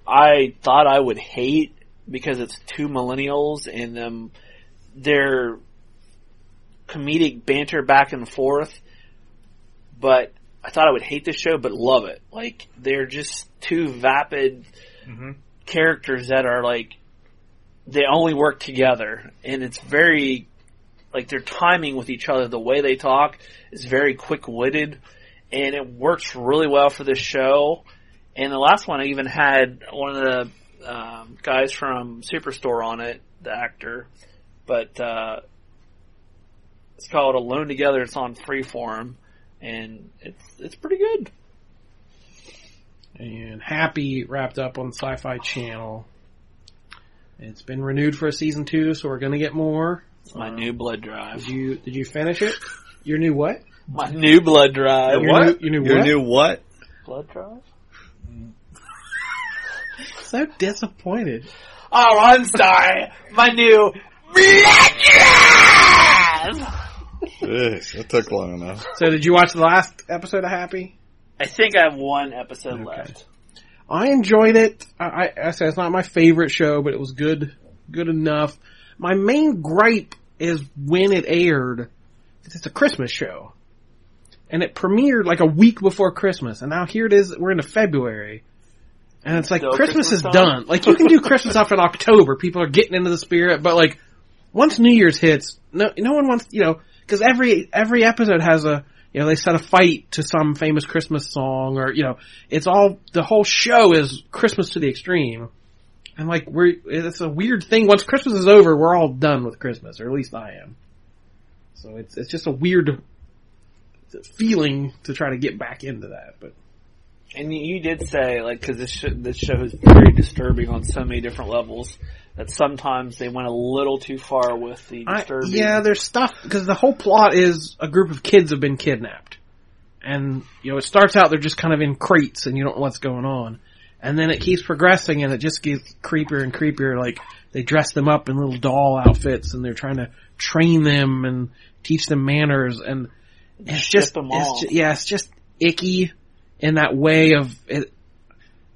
I thought I would hate because it's two millennials and them their comedic banter back and forth. But I thought I would hate this show, but love it. Like they're just two vapid characters that are like they only work together, and it's very like their timing with each other. The way they talk is very quick witted, and it works really well for this show. And the last one I even had one of the um, guys from Superstore on it, the actor, but uh, it's called Alone Together. It's on Freeform, and it's it's pretty good.
and Happy wrapped up on Sci-Fi Channel. It's been renewed for a season two, so we're gonna get more.
It's my new blood drive.
Did you did you finish it? Your new what?
My new blood drive.
Your what? new- your new Your what? new
what?
Blood drive.
So disappointed.
Oh, I'm sorry. My new
Jeez, that took long enough.
So did you watch the last episode of Happy?
I think I have one episode left.
I enjoyed it. I, I, I said it's not my favorite show, but it was good, good enough. My main gripe is when it aired. 'cause It's a Christmas show, and it premiered like a week before Christmas, and now here it is. We're into February, and it's like
Still
Christmas,
Christmas
is
time?
done. Like you can do Christmas up in October. People are getting into the spirit, but like once New Year's hits, no, no one wants you know because every every episode has a you know they set a fight to some famous Christmas song or you know it's all the whole show is Christmas to the extreme, and like we're it's a weird thing. Once Christmas is over, we're all done with Christmas, or at least I am. So it's it's just a weird feeling to try to get back into that, but.
And you- you did say like because this show, this show is very disturbing on so many different levels that sometimes they went a little too far with the
I-
disturbing.
yeah, there's stuff because the whole plot is a group of kids have been kidnapped, and you know it starts out they're just kind of in crates and you don't know what's going on, and then it keeps progressing and it just gets creepier and creepier. Like they dress them up in little doll outfits and they're trying to train them and teach them manners and it's
Ship
just,
them
it's
all.
ju- yeah, it's just icky in that way of it.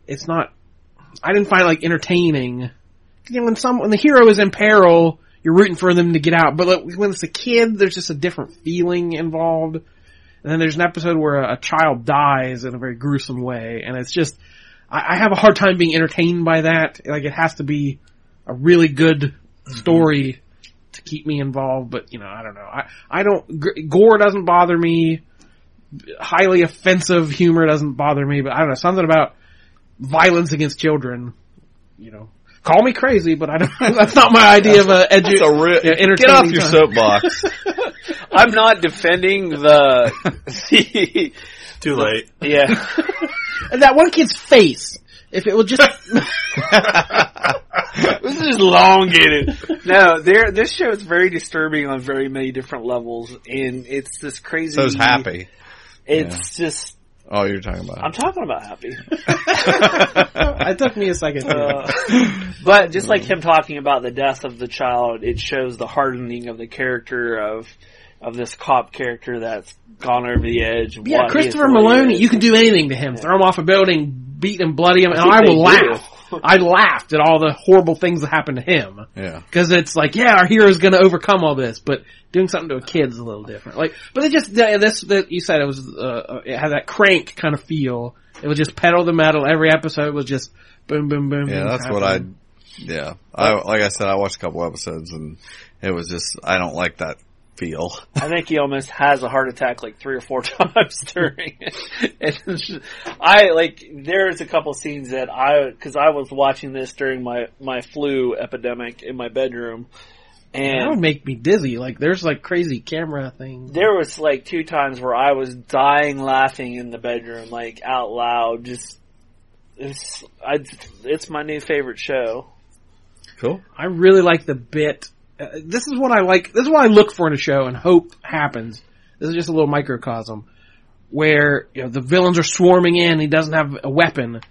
It's not. I didn't find it, like entertaining. You know, when some when the hero is in peril, you're rooting for them to get out. But like, when it's a kid, there's just a different feeling involved. And then there's an episode where a, a child dies in a very gruesome way, and it's just I, I have a hard time being entertained by that. Like it has to be a really good
Mm-hmm.
story to keep me involved. But you know, I don't know. I I don't g- gore doesn't bother me. Highly offensive humor doesn't bother me. But I don't know something about violence against children. You know, call me crazy, but I don't. that's not my idea of a edu-
That's a re-
yeah, entertaining
get off your
time.
soapbox.
I'm not defending the. the
Too late.
yeah.
And that one kid's face. If it was just
This is elongated. No, there. This show is very disturbing on very many different levels, and it's this crazy.
So's happy.
It's just.
Oh, you're talking about.
I'm talking about happy.
it took me a second.
Uh, but just
Mm-hmm.
like him talking about the death of the child, it shows the hardening of the character of of this cop character that's gone over the edge. of
Yeah,
what he
Christopher
is
Maloney, you can do anything to him. Throw him off a building, beat him, bloody him, and
think
I
they
will
do.
laugh. I laughed at all the horrible things that happened to him.
Yeah.
Cause it's like, yeah, our hero's gonna overcome all this, but doing something to a kid's a little different. Like, but it just, th- this, that you said it was, uh, it had that crank kind of feel. It was just pedal to metal. Every episode was just boom, boom, boom.
Yeah,
boom,
that's
crap.
what I. Yeah, I like I said, I watched a couple episodes and it was just I don't like that feel.
I think he almost has a heart attack like three or four times during it. And it's just- I like there's a couple scenes that I because I was watching this during my my flu epidemic in my bedroom,
That would
and
make me dizzy. Like, there's like crazy camera things.
there was like two times where I was dying laughing in the bedroom like out loud. Just it's I it's my new favorite show.
Cool.
I really like the bit. Uh, this is what I like. This is what I look for in a show and hope happens. This is just a little microcosm where you know the villains are swarming in. He doesn't have a weapon,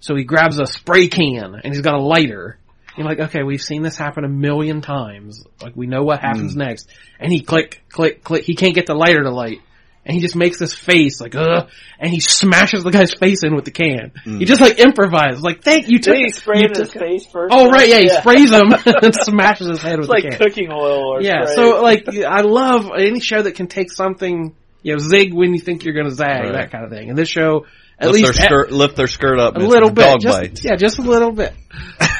so he grabs a spray can and he's got a lighter. You're like, okay, we've seen this happen a million times. Like we know what happens next. And he click, click, click. He can't get the lighter to light. And he just makes this face like, ugh, and he smashes the guy's face in with the can. He just like improvises, like, thank you,
Did
took-
he
you
spray his
took-
face first?
Oh right, yeah, he sprays him and smashes his head
It's
with
like
the can.
cooking oil or
yeah,
spray.
so uh, like I love any show that can take something, you know, zig when you think you're going to zag,
Right.
that kind of thing. And this show, at
lift
least
their skirt, lift their skirt up.
a
and it's
little bit,
Dog
just,
bites.
yeah, just a little bit.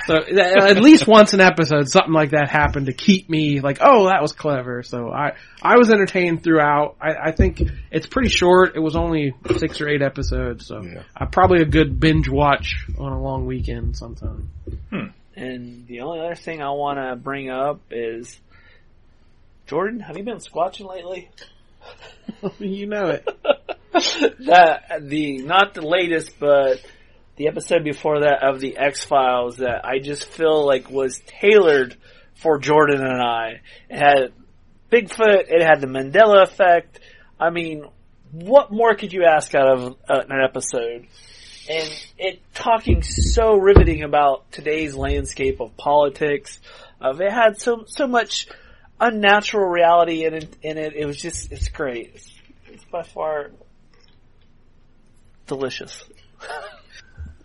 So that- at least once an episode, something like that happened to keep me like, oh, that was clever. So I I was entertained throughout. I, I think it's pretty short. It was only six or eight episodes, so I probably a good binge watch on a long weekend sometime.
And the only other thing I want to bring up is Jordan, have you been squatching lately?
you know it.
that the not the latest, but the episode before that of the X Files that I just feel like was tailored for Jordan and I. It had Bigfoot. It had the Mandela effect. I mean, what more could you ask out of uh, an episode? And it talking so riveting about today's landscape of politics. Of it had so so much unnatural reality in it. In it, it was just it's great. It's, it's by far delicious.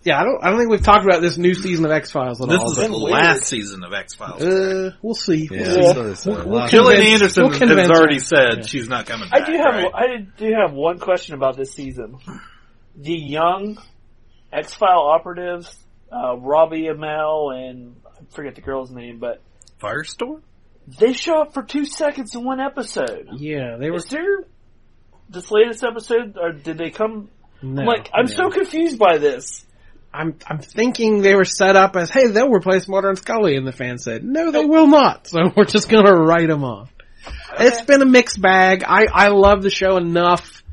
Yeah, I don't. I don't think we've talked about this new season of X Files at
This
all.
is
but-
the last season of X Files.
Uh, we'll see.
Yeah,
We'll see.
so they said
We'll-
a
we'll
lot.
Gillian
convince-
Anderson
we'll
has
convince
already
her.
said she's not coming
I
back.
do have
right?
I did- do have one question about this season. The young X File operatives, uh, Robbie Amell and I forget the girl's name, but
Firestorm.
they show up for two seconds in one episode.
Yeah, they were.
Is there this latest episode, or did they come?
No,
I'm like, I'm
no.
so confused by this.
I'm. I'm thinking they were set up as, hey, they'll replace Mulder and Scully, and the fan said, no, they will not. So we're just gonna write them off. It's been a mixed bag. I I love the show enough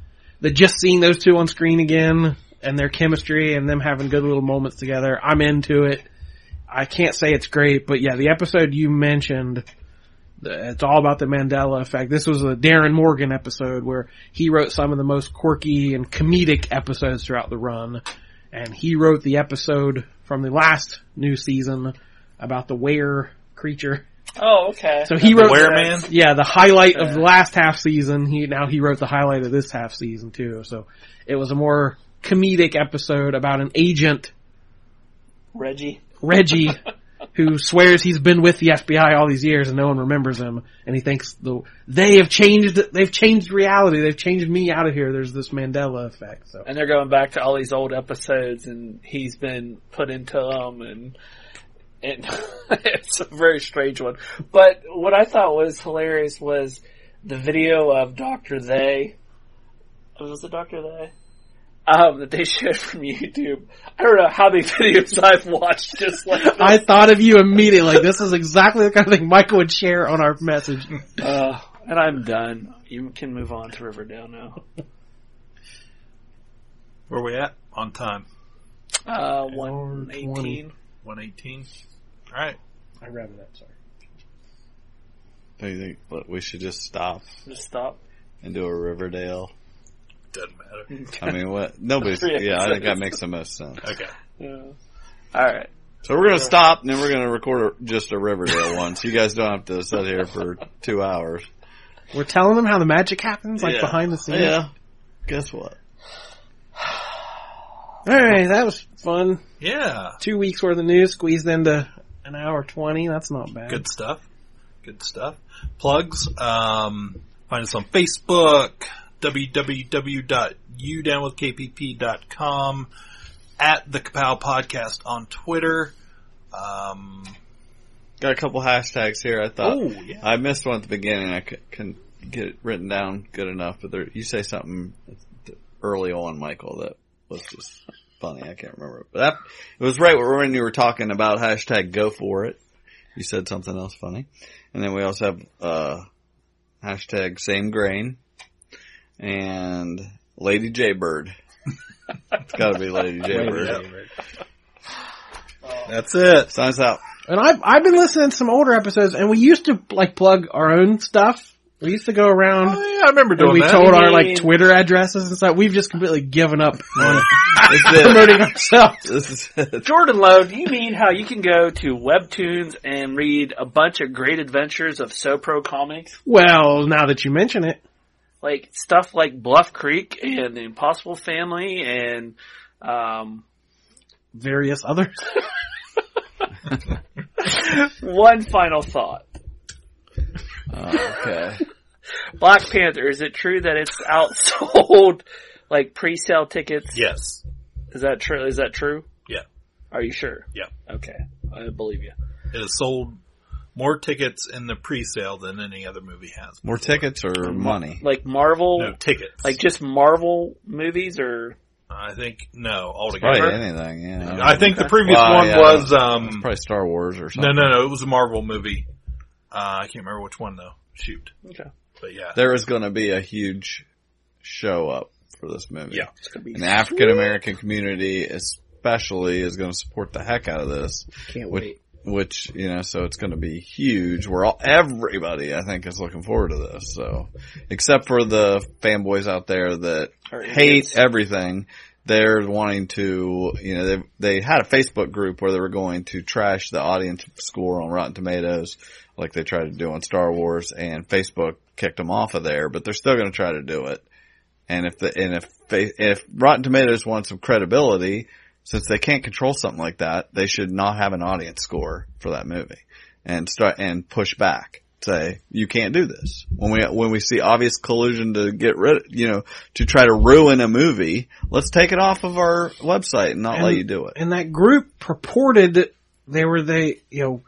that just seeing those two on screen again and their chemistry and them having good little moments together, I'm into it. I can't say it's great, but yeah, the episode you mentioned, the- it's all about the Mandela effect. This was a Darren Morgan episode where he wrote some of the most quirky and comedic episodes throughout the run. And he wrote the episode from the last new season about the were creature.
Oh, okay.
So he wrote
Where Man?
Yeah, the highlight of the last half season. He now he wrote the highlight of this half season too. So it was a more comedic episode about an agent
Reggie.
Reggie, who swears he's been with the FBI all these years and no one remembers him, and he thinks the they have changed they've changed reality, they've changed me out of here. There's this Mandela effect. So
And they're going back to all these old episodes, and he's been put into them, and and it's a very strange one. But what I thought was hilarious was the video of Doctor They. Was it Doctor They? Um, that they showed from YouTube. I don't know how many videos I've watched just like that.
I thought of you immediately. This is exactly the kind of thing Michael would share on our message.
Uh, and I'm done. You can move on to Riverdale now.
Where we at? On time.
Uh, 118.
118. Alright.
I read it up, sorry.
Do you think but we should just stop
Just stop.
and do a Riverdale?
Doesn't matter.
I mean, what? Nobody's. Yeah, I think that makes the most sense.
Okay.
Yeah. Alright.
So we're gonna stop, and then we're gonna record a, just a Riverdale one, so you guys don't have to sit here for two hours.
We're telling them how the magic happens, like
Yeah.
behind the scenes.
Yeah. Guess what?
All right, that was fun.
Yeah.
Two weeks worth of news squeezed into an hour twenty. That's not bad.
Good stuff. Good stuff. Plugs. Um, find us on Facebook, www.udownwithkpp.com, at the Kapow Podcast on Twitter. Um,
Got a couple hashtags here. I thought
Oh, yeah.
I missed one at the beginning. I c- couldn't get it written down good enough, but there, you say something early on, Michael, that was just funny. I can't remember, but that, it was right when you were talking about hashtag go for it. You said something else funny, and then we also have uh, hashtag same grain and Lady Jaybird. it's got to be Lady Jaybird.
That's it.
Signs out.
And I've I've been listening to some older episodes, and we used to like plug our own stuff. We used to go around.
yeah, I remember
and
doing
we
that.
told our
I mean-
like Twitter addresses and stuff. We've just completely given up on
This is it.
promoting ourselves.
This is it.
Jordan Lowe, do you mean how you can go to Webtoons and read a bunch of great adventures of SoPro comics?
Well, now that you mention it,
Like stuff like Bluff Creek and The Impossible Family and um,
various others.
one final thought.
Oh, okay.
Black Panther, is it true that it's outsold like pre-sale tickets?
Yes.
Is that true? Is that true?
Yeah.
Are you sure?
Yeah.
Okay. I believe you.
It has sold more tickets in the pre-sale than any other movie has.
More tickets or money?
Like Marvel,
No tickets.
like just Marvel movies or
I think no altogether.
Probably anything. Yeah.
I think the previous
Wow,
one
yeah.
was um,
It's probably Star Wars or
No,
something.
no, no. It was a Marvel movie. Uh, I can't remember which one though. Shoot.
Okay.
But yeah.
There is going to be a huge show up for this movie.
Yeah.
And the African American community, especially, is going to support the heck out of this.
Can't
which,
wait.
Which you know, so it's going to be huge. We're all everybody, I think, is looking forward to this. So, except for the fanboys out there that
Or
hate
idiots.
everything. They're wanting to, you know, they they had a Facebook group where they were going to trash the audience score on Rotten Tomatoes, like they tried to do on Star Wars, and Facebook kicked them off of there. But they're still going to try to do it. And if the and if they, if Rotten Tomatoes wants some credibility, since they can't control something like that, they should not have an audience score for that movie, and start and push back. Say you can't do this when we when we see obvious collusion to get rid, you know, to try to ruin a movie. Let's take it off of our website and not let
And-
you do it.
And that group purported that they were they you know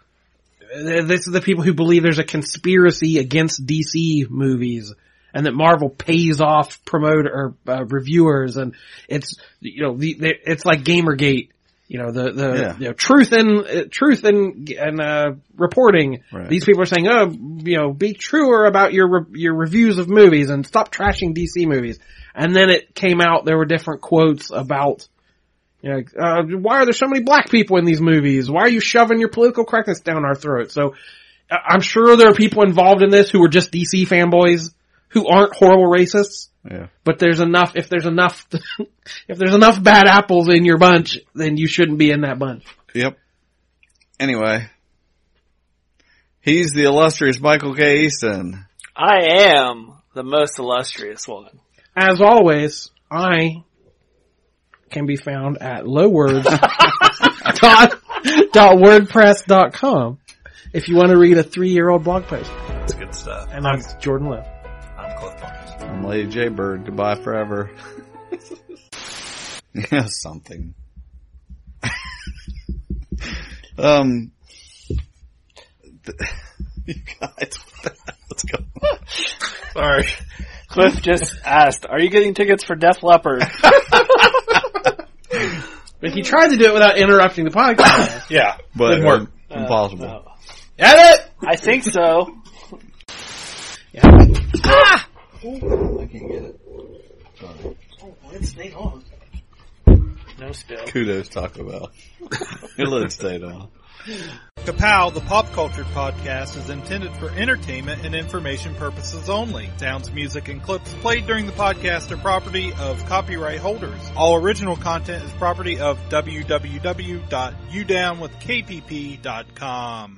th- this is the people who believe there's a conspiracy against DC movies and that Marvel pays off promoter or uh, reviewers and it's you know the, the it's like GamerGate. You know the the
Yeah.
you know, truth in uh, truth in and uh, reporting.
Right.
These people are saying, "Oh, you know, be truer about your re- your reviews of movies and stop trashing DC movies." And then it came out there were different quotes about you know, like, uh, why are there so many black people in these movies? Why are you shoving your political correctness down our throats? So I- I'm sure there are people involved in this who are just DC fanboys who aren't horrible racists,
Yeah,
but there's enough, if there's enough, if there's enough bad apples in your bunch, then you shouldn't be in that bunch.
yep. Anyway, He's the illustrious Michael K. Easton.
I am the most illustrious one.
As always, I can be found at lowwords.wordpress.com if you want to read a three-year-old blog post.
That's good stuff.
And I'm Jordan Love.
I'm Cliff Barnes.
I'm Lady J Bird. Goodbye forever. yeah, something. um, th- you guys, what's going on?
Sorry.
Cliff just asked, "Are you getting tickets for Def Leppard?"
But he tried to do it without interrupting the podcast.
Yeah,
But
didn't work.
um, impossible.
Edit.
I think so.
I can't get it. Sorry.
No spill.
Kudos, Taco Bell. it let it stay down.
Kapow, the pop culture podcast, is intended for entertainment and information purposes only. Sounds, music, and clips played during the podcast are property of copyright holders. All original content is property of www.udownwithkpp.com.